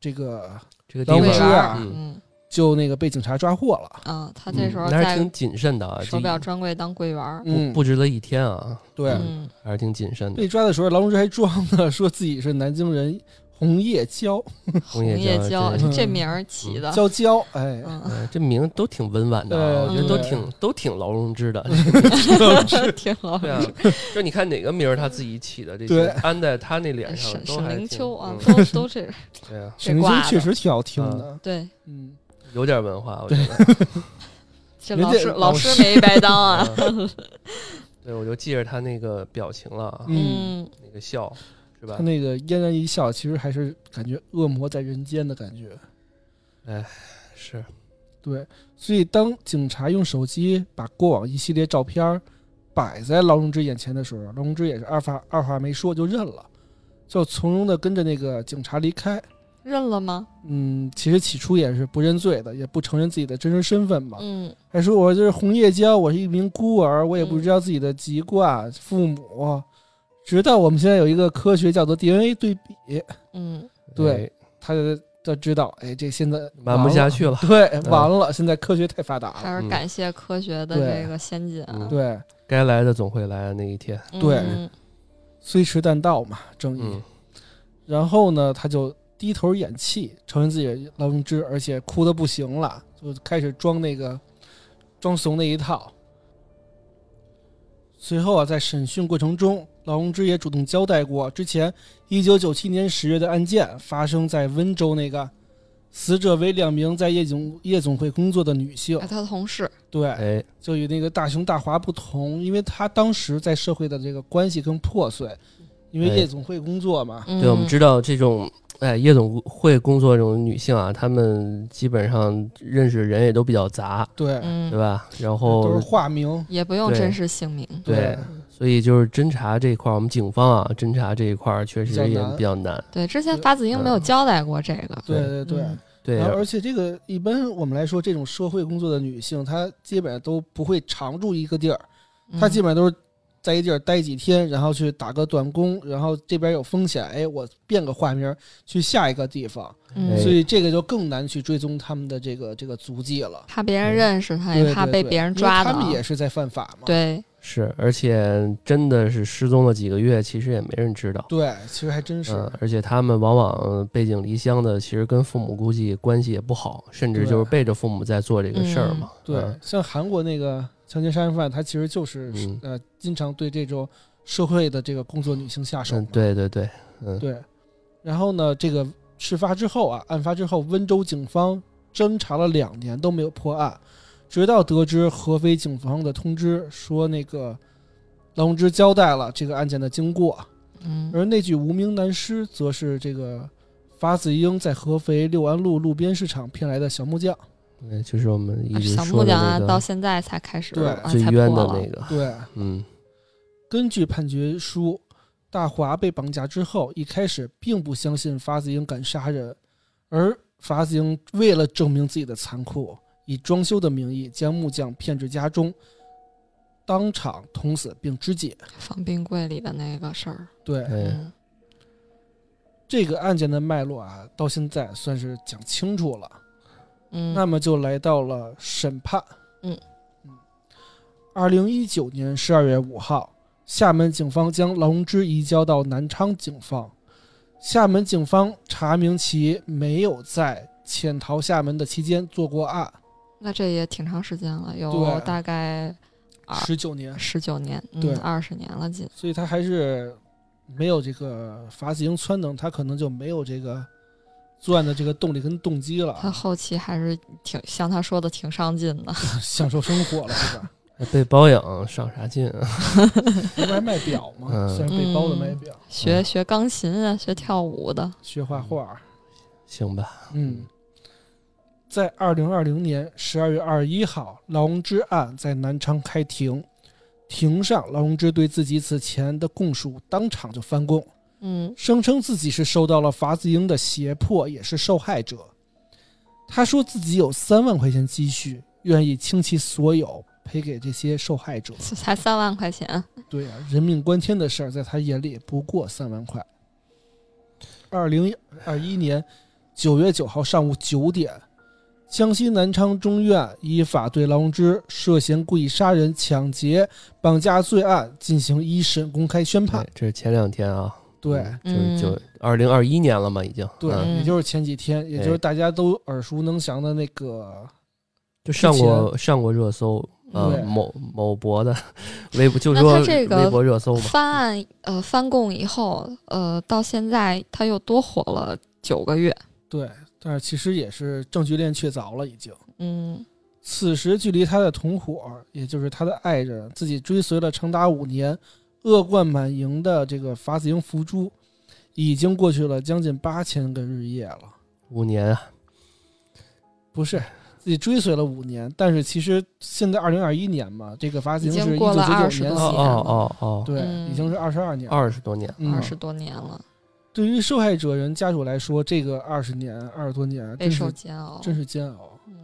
S3: 这个
S4: 这个地
S3: 劳
S1: 对
S3: 荣
S4: 方
S3: 枝
S1: 吧
S3: 啊
S4: 嗯
S1: 嗯
S3: 就那个被警察抓获了。
S1: 啊，他这时候
S4: 嗯那
S1: 在
S4: 还挺谨慎的啊，
S1: 手表专柜当柜员儿，
S4: 这
S3: 嗯，
S4: 不值得一天啊，
S3: 对，
S1: 嗯
S4: 还是挺谨慎的
S3: 被。抓的时候，劳荣枝还装呢，说自己是南京人红叶娇
S4: 红
S1: 红叶
S4: 椒
S1: 娇
S4: 这
S3: 嗯
S1: 这名儿起的，
S3: 娇娇，哎，
S1: 啊 嗯，
S4: 呃这名都挺温婉的
S3: 对
S4: 啊，我觉得都
S3: 对
S4: 挺都挺劳荣 枝的。
S1: 挺老
S4: 对啊，就你看哪个名儿他自己起的，这
S3: 对
S4: 些安在他那脸上
S1: 沈
S4: 都
S1: 沈
S4: 还
S1: 凌
S4: 挺
S1: 秋啊，
S4: 嗯
S1: 都都这
S4: 对啊，
S3: 沈凌秋
S1: 挂的
S3: 确实挺好听的，
S1: 对，
S3: 嗯，
S4: 有点文化，我觉得。
S1: 这
S3: 人
S1: 老
S3: 家
S1: 师
S3: 老
S1: 老师没白当啊，
S4: 嗯对，我就记着他那个表情了啊，
S3: 嗯
S1: 嗯
S4: 那个笑是吧
S3: 他？那个嫣然一笑，其实还是感觉恶魔在人间的感觉。
S4: 是，
S3: 对，所以当警察用手机把过往一系列照片儿摆在劳荣枝眼前的时候，劳荣枝也是二话二话没说就认了，就从容的跟着那个警察离开。
S1: 认了吗？
S3: 嗯，其实起初也是不认罪的，也不承认自己的真实身份嘛，
S1: 嗯
S3: 还说我就是红叶娇，我是一名孤儿，我也不知道自己的籍贯、父母。直到我们现在有一个科学叫做 DNA 对比，
S1: 嗯
S3: 对他就知道，哎，这现在
S4: 哎，瞒不
S3: 完
S4: 下
S3: 了，
S4: 去了。嗯
S3: 对，完了，现在科学太发达了，
S1: 还是感谢科学的
S3: 对
S1: 这个先进啊
S4: 嗯，
S3: 对。
S4: 该来的总会来的啊那一天。
S3: 对
S1: 嗯
S3: 虽迟但到嘛，正义。
S4: 嗯，
S3: 然后呢，他就低头演戏，承认自己劳荣枝，而且哭的不行了，就开始装那个装怂那一套。随后啊，在审讯过程中，劳荣枝也主动交代过，之前一九九七年十月的案件发生在温州那个，死者为两名在夜总夜总会工作的女性
S1: 啊，。他的同事，
S3: 对，
S4: 哎，
S3: 就与那个大雄大华不同，因为他当时在社会的这个关系更破碎，因为
S4: 哎
S3: 夜总会工作嘛，
S1: 对
S4: 对，我们知道这种哎夜总会工作这种女性啊，她们基本上认识人也都比较杂，
S3: 对，
S4: 对
S1: 嗯，
S4: 吧？然
S3: 都
S4: 后
S3: 是化名，
S1: 也不用
S4: 对
S1: 真实姓名，
S4: 哦对所以就是侦查这一块儿，我们警方啊，侦查这一块儿确实
S3: 比较
S4: 也
S3: 难
S4: 比较难。
S1: 对，之前法子英没有交代过这个，
S3: 对
S4: 对
S3: 对对。
S1: 嗯
S4: 对，
S3: 然后，而且这个一般我们来说，这种社会工作的女性，她基本上都不会常住一个地儿，
S1: 嗯
S3: 她基本上都是在一地儿待几天，然后去打个短工，然后这边有风险，哎，我变个化名去下一个地方，
S1: 嗯
S3: 哎所以这个就更难去追踪他们的这个这个足迹了。
S1: 怕别人认识他，
S3: 对
S1: 也哎怕
S3: 对
S1: 被
S3: 对
S1: 别人
S3: 因为
S1: 抓的
S3: 他
S1: 啊
S3: 们，也是在犯法嘛。
S1: 对，
S4: 是，而且真的是失踪了几个月，其实也没人知道。
S3: 对，其实还真是。
S4: 嗯，而且他们往往背井离乡的，其实跟父母估计关系也不好，甚至
S3: 对
S4: 就是背着父母在做这个事儿嘛。
S3: 对，
S4: 嗯
S3: 像韩国那个强奸杀人犯，他其实就是、
S4: 嗯
S3: 呃，经常对这种
S4: 嗯
S3: 社会的这个工作女性下手嘛、
S4: 嗯，对对对，
S3: 对。然后呢，这个事发之后啊，案发之后，温州警方侦查了两年都没有破案，直到得知合肥警方的通知说，那个郎红之交代了这个案件的经过，
S1: 嗯
S3: 而那具无名男尸则是这个法子英在合肥六安路路边市场骗来的小木匠。
S4: 对，就是我们一直
S1: 小
S4: 说
S1: 木
S4: 的
S1: 匠啊，
S4: 那
S1: 到
S4: 个
S1: 现在才开始
S3: 对
S1: 啊
S4: 最
S1: 才
S4: 冤
S1: 破
S4: 的
S1: 了
S4: 那个，
S3: 对，
S4: 嗯，
S3: 根据判决书，大华被绑架之后，一开始并不相信法子英敢杀人，而法子英为了证明自己的残酷，以装修的名义将木匠骗至家中，当场捅死并肢解。
S1: 放冰柜里的那个事儿。
S3: 对
S4: 对，
S1: 嗯
S3: 这个案件的脉络啊，到现在算是讲清楚了。
S1: 嗯，
S3: 那么就来到了审判。
S1: 嗯
S3: 二零一九年十二月五号，厦门警方将劳荣枝移交到南昌警方。厦门警方查明其没有在潜逃厦门的期间做过案，
S1: 那这也挺长时间了，有
S3: 对
S1: 大概啊
S3: 十九年，
S1: 十九年，
S3: 对
S1: 嗯，二十年了，近。
S3: 所以他还是没有这个法子英撺等，他可能就没有这个作案的这个动力跟动机了
S1: 他
S3: 啊，
S1: 后期还是挺像他说的挺上进的，
S3: 享受生活了， 是吧？
S4: 还被包养上啥劲啊？
S3: 不是还卖表吗？
S4: 嗯
S3: 虽然被包的卖表，
S1: 学学钢琴啊，学跳舞的。
S3: 学画画。
S4: 行吧，
S3: 嗯，在二零二零年十二月二十一号，劳荣枝案在南昌开庭，庭上劳荣枝对自己此前的供述当场就翻供，
S1: 嗯
S3: 声称自己是受到了法子英的胁迫，也是受害者。他说自己有三万块钱积蓄，愿意倾其所有赔给这些受害者。
S1: 才三万块钱，
S3: 对啊，人命关天的事儿，在他眼里不过三万块。二零二一年九月九号上午九点，江西南昌中院依法对劳荣枝涉嫌故意杀人、抢劫、绑架罪案进行一审公开宣判
S4: 对。，这是前两天啊，
S3: 对
S4: 嗯就是
S1: 嗯
S4: 就二零二一年了嘛，已经，
S3: 对，
S4: 嗯
S1: 嗯
S3: 也就是前几天，也就是大家都耳熟能详的那个，
S4: 就上过上过热搜啊
S3: 对，
S4: 某某博的微博，就
S1: 那
S4: 说
S1: 他这个
S4: 微博热搜嘛，
S1: 翻案呃翻供以后呃到现在他又多火了九个月，
S3: 对，但是其实也是证据链确凿了，已经。
S1: 嗯
S3: 此时，距离他的同伙，也就是他的爱人，自己追随了长达五年、恶贯满盈的这个法子英福珠，已经过去了将近八千个日夜了。
S4: 五年啊，
S3: 不是，自己追随了五年，但是其实现在二零二一年嘛，这个法子英
S1: 已
S3: 是
S1: 经
S3: 一
S1: 过
S3: 九
S1: 了
S3: 九
S1: 20多
S3: 九年
S4: 哦
S1: 年
S3: 死
S1: 了
S3: 的，
S4: 哦哦
S3: 对，
S1: 嗯
S3: 已经是二十二年
S4: 哦，
S3: 了。
S4: 二十多年，
S3: 嗯
S1: 二十多年了，
S3: 对于受害者人家属来说，这个二十年、二十多年
S1: 备
S3: 真
S1: 受
S3: 是
S1: 煎熬。
S3: 真是煎熬，
S1: 嗯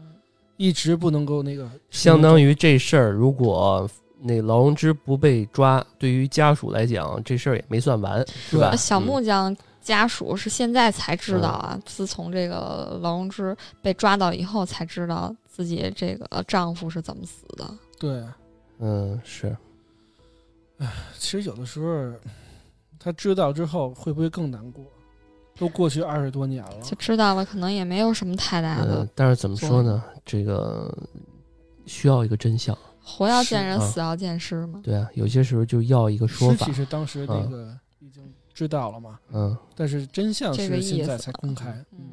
S3: 一直不能够那个，
S4: 相当于这事儿，如果那劳荣枝不被抓，对于家属来讲，这事儿也没算完，是吧？
S3: 对
S1: 小
S4: 嗯
S1: 木匠家属是现在才知道啊，自从这个劳荣枝被抓到以后，才知道自己这个丈夫是怎么死的。
S3: 对，
S4: 嗯，是
S3: 其实有的时候，他知道之后会不会更难过？都过去二十多年了，
S1: 就知道了，可能也没有什么太大的
S4: 嗯，但是怎么说呢？这个需要一个真相，
S1: 活要见人，
S4: 是啊
S1: 死要见尸嘛。
S4: 对啊，有些时候就要一个说
S3: 尸
S4: 法
S3: 体，是当时那个已经知道了嘛，
S4: 嗯
S3: 但是真相
S1: 这个
S3: 是
S1: 意思
S3: 现在才公开。
S1: 嗯，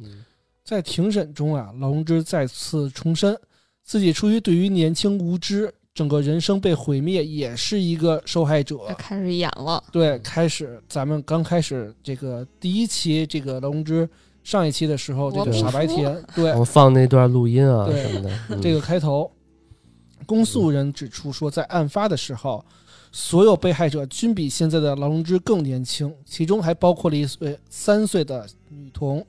S4: 嗯，
S3: 在庭审中啊，劳荣枝再次重申，自己出于对于年轻无知，整个人生被毁灭，也是一个受害者。
S1: 他开始演了，
S3: 对，
S4: 嗯
S3: 开始咱们刚开始这个第一期这个劳荣枝上一期的时候，这
S1: 我
S3: 个
S4: 不
S3: 傻白
S1: 服
S3: 甜，对
S4: 我，们放那段录音啊
S3: 对
S4: 什 么的，嗯
S3: 这个开头，公诉人指出说，在案发的时候，所有被害者均比现在的劳荣枝更年轻，其中还包括了一岁三岁的女童。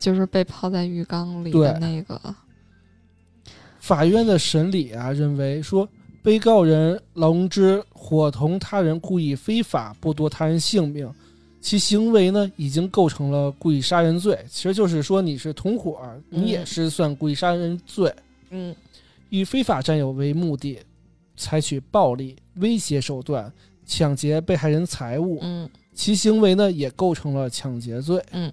S1: 就是被泡在浴缸里
S3: 对
S1: 的那个。
S3: 法院的审理啊，认为说被告人劳荣枝伙同他人故意非法剥夺他人性命，其行为呢已经构成了故意杀人罪。其实就是说你是同伙儿，你也
S1: 嗯
S3: 是算故意杀人罪。
S1: 嗯，
S3: 以非法占有为目的，采取暴力、威胁手段抢劫被害人财物，
S1: 嗯
S3: 其行为呢也构成了抢劫罪。
S1: 嗯，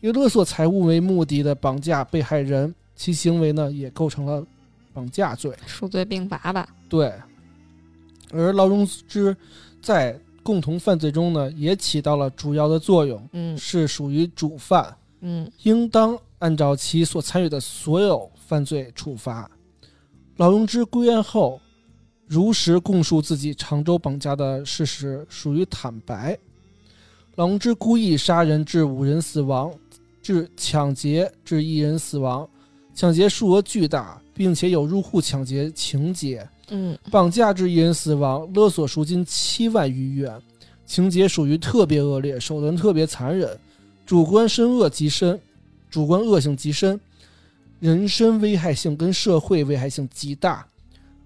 S3: 以勒索财物为目的的绑架被害人，其行为呢也构成了绑架罪。
S1: 数罪并罚吧。
S3: 对，而劳荣枝在共同犯罪中呢，也起到了主要的作用，
S5: 嗯
S3: 是属于主犯，
S5: 嗯
S3: 应当按照其所参与的所有犯罪处罚。老庸之归案后，如实供述自己常州绑架的事实，属于坦白。老庸之故意杀人致五人死亡，致抢劫致一人死亡，抢劫数额巨大，并且有入户抢劫情节。
S5: 嗯
S3: 绑架致一人死亡，勒索赎金七万余元，情节属于特别恶劣，手段特别残忍，主观深恶极深，主观恶性极深，人身危害性跟社会危害性极大，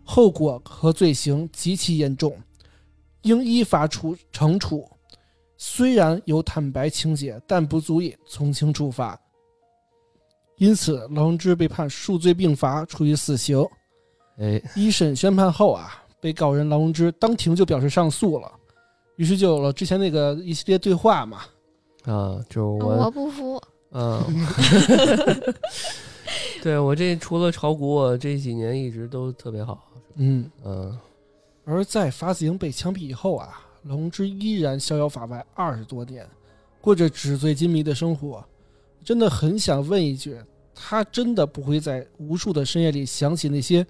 S3: 后果和罪行极其严重，应依法处惩处。虽然有坦白情节，但不足以从轻处罚。因此，劳荣枝被判数罪并罚，处以死刑。
S4: 哎，
S3: 一审宣判后啊，被告人劳荣枝当庭就表示上诉了，于是就有了之前那个一系列对话嘛。
S4: 啊，就是
S5: 我
S4: 我，
S5: 不服，
S4: 嗯， 对我这除了炒股，我这几年一直都特别好，
S3: 嗯，
S4: 嗯，
S3: 而在法子营被枪毙以后啊，劳荣枝依然逍遥法外二十多年，过着纸醉金迷的生活。真的很想问一句，他真的不会在无数的深夜里想起那些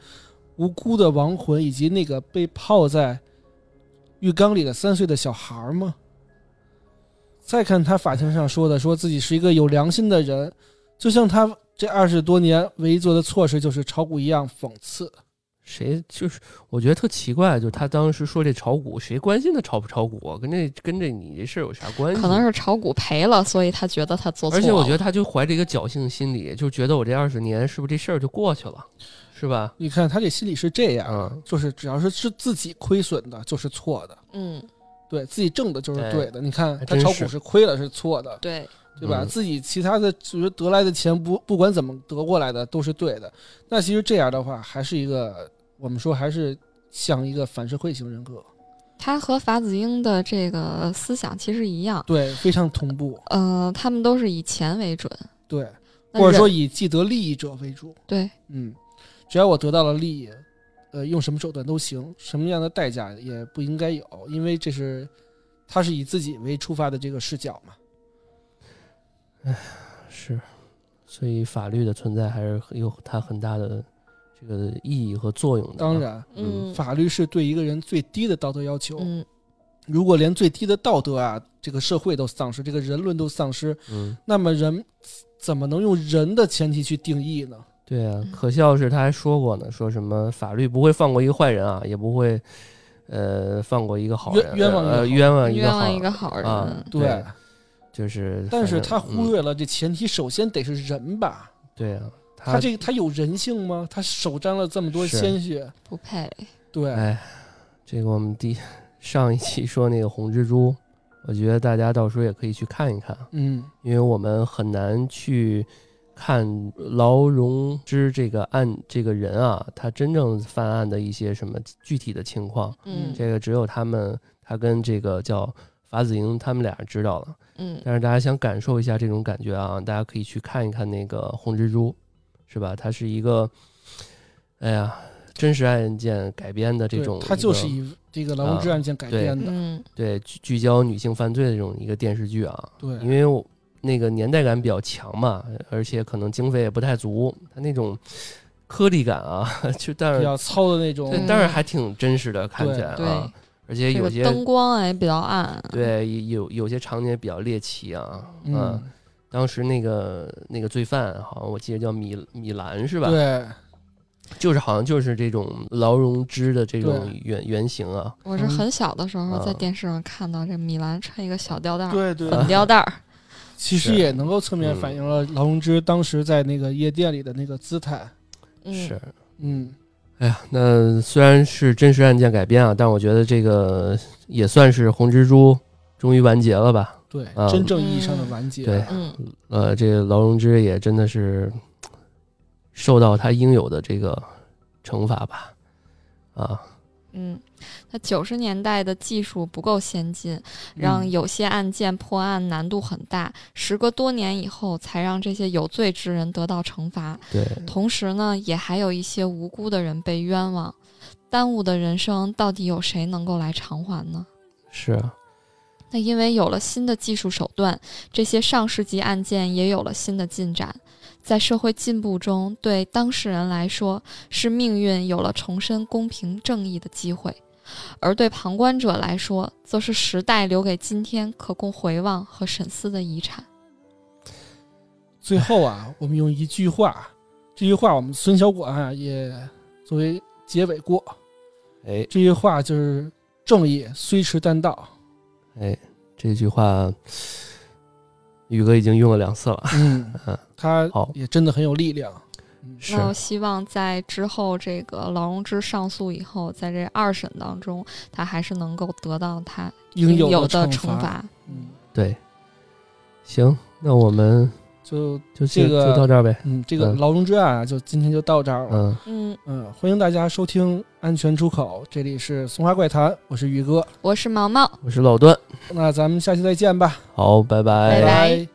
S3: 无辜的亡魂，以及那个被泡在浴缸里的三岁的小孩儿吗？再看他法庭上说的，说自己是一个有良心的人，就像他这二十多年唯一做的错事就是炒股一样讽刺。
S4: 谁就是我觉得特奇怪，就是他当时说这炒股，谁关心他炒不炒股啊？跟这跟这你这事儿有啥关系？
S5: 可能是炒股赔了，所以他觉得他做错
S4: 而
S5: 了。
S4: 且我觉得他就怀着一个侥幸心理，就觉得我这二十年是不是这事儿就过去了，是吧？
S3: 你看他这心里是这样，
S4: 嗯，
S3: 就是只要是是自己亏损的，就是错的；
S5: 嗯，
S3: 对自己挣的，就是
S4: 对
S3: 对的。你看
S4: 还
S3: 他
S4: 真
S3: 炒
S4: 是
S3: 股是亏了，是错的，
S5: 对，
S3: 对吧？
S4: 嗯
S3: 自己其他的就是得来的钱不不管怎么得过来的都是对的。那其实这样的话，还是一个我们说还是像一个反社会型人格，
S5: 他和法子英的这个思想其实一样，
S3: 对，非常同步，
S5: 呃，他们都是以钱为准，
S3: 对，
S5: 那
S3: 或者说
S5: 人
S3: 以既得利益者为主，
S5: 对，
S3: 嗯，只要我得到了利益，呃，用什么手段都行，什么样的代价也不应该有，因为这是他是以自己为出发的这个视角嘛。
S4: 是，所以法律的存在还是很有它很大的这个意义和作用的。
S3: 当，然，
S4: 嗯
S5: 嗯
S3: 法律是对一个人最低的道德要求，
S5: 嗯
S3: 如果连最低的道德啊，这个社会都丧失，这个人伦都丧失，
S4: 嗯，
S3: 那么人怎么能用人的前提去定义呢？
S4: 对啊
S5: 嗯。
S4: 可笑是他还说过呢，说什么法律不会放过一个坏人啊，也不会呃放过一个好
S3: 冤
S4: 人，
S3: 冤枉一个好
S4: 呃
S3: 人
S4: 冤枉一
S5: 冤
S4: 个
S5: 枉
S4: 好
S5: 一个好人，
S4: 啊，
S3: 对，
S4: 对，就是反正。
S3: 但是他忽
S4: 嗯
S3: 略了这前提，首先得是人吧？
S4: 对啊，
S3: 他这他有人性吗？他手沾了这么多
S4: 是
S3: 鲜血，
S5: 不配，
S3: 对，
S4: 哎，这个我们第 上一期说那个红蜘蛛，我觉得大家到时候也可以去看一看，啊
S3: 嗯，
S4: 因为我们很难去看劳荣枝这个案这个人啊，他真正犯案的一些什么具体的情况，
S5: 嗯
S4: 这个只有他们他跟这个叫法子营他们俩知道了。
S5: 嗯
S4: 但是大家想感受一下这种感觉啊，大家可以去看一看那个《红蜘蛛》，是吧？它是一个，哎呀，真实案件改编的这
S3: 对
S4: 种一啊个，
S3: 他就是以这个劳荣枝案件改编的，
S5: 嗯
S4: 对聚聚焦女性犯罪的这种一个电视剧啊，
S3: 对，
S4: 因为我那个年代感比较强嘛，而且可能经费也不太足，它那种颗粒感啊， 就但
S3: 比
S4: 是
S3: 较嗯糙的那种，
S4: 对但是还挺真实的，看起来
S5: 对
S4: 啊，而且
S5: 这
S4: 有
S5: 个
S4: 些
S5: 灯光也比较暗，
S4: 对有有些场景也比较猎奇啊，
S3: 嗯，
S4: 当时那个那个罪犯，好像我记得叫米米兰是吧？，
S3: 对，
S4: 就是好像就是这种劳荣枝的这种
S3: 对
S4: 原原型啊。
S5: 我是很小的时候
S4: 嗯
S5: 在电视上看到这米兰穿一个小吊带儿，
S3: 对对
S5: 粉吊带儿，
S3: 其实
S4: 是
S3: 也能够侧面反映了劳荣枝当时在那个夜店里的那个姿态，
S5: 嗯，
S4: 是，
S3: 嗯，
S4: 哎呀，那虽然是真实案件改编啊，但我觉得这个也算是红蜘蛛终于完结了吧？
S3: 对，
S4: 嗯
S3: 真正意义上的完结，
S4: 对
S5: 嗯
S4: 呃，这个劳荣枝也真的是嘖受到他应有的这个惩罚吧？啊，
S5: 嗯。那九十年代的技术不够先进，
S3: 嗯
S5: 让有些案件破案难度很大，时隔多年以后才让这些有罪之人得到惩罚，
S4: 对，
S5: 同时呢，也还有一些无辜的人被冤枉，耽误的人生到底有谁能够来偿还呢？
S4: 是啊，
S1: 那因为有了新的技术手段，这些上市级案件也有了新的进展。在社会进步中，对当事人来说是命运有了重申公平正义的机会，而对旁观者来说，则是时代留给今天可供回望和深思的遗产。
S3: 最后啊，我们用一句话，这句话我们孙小管啊也作为结尾过。
S4: 哎
S3: 这句话就是“正义虽迟但到
S4: 哎，这句话宇哥已经用了两次了”，。
S3: 嗯
S4: 嗯，
S3: 它
S4: 好
S3: 也真的很有力量。
S4: 是
S1: 那希望在之后这个劳荣枝上诉以后，在这二审当中，他还是能够得到他
S3: 应有
S1: 有的
S3: 惩
S1: 惩
S3: 罚。
S1: 罚。
S3: 嗯，
S4: 对。行，那我们
S3: 就
S4: 就
S3: 这
S4: 先
S3: 个
S4: 就到这儿呗。
S3: 嗯，这个
S4: 嗯
S3: 劳荣枝案啊，就今天就到这儿了。
S4: 嗯，
S1: 嗯，
S3: 嗯，欢迎大家收听《安全出口》，这里是《松花怪谈》，我是宇哥。
S1: 我是毛毛。
S4: 我是老段，
S3: 那咱们下期再见吧，
S4: 好，拜
S1: 拜
S4: 拜
S1: 拜
S3: 拜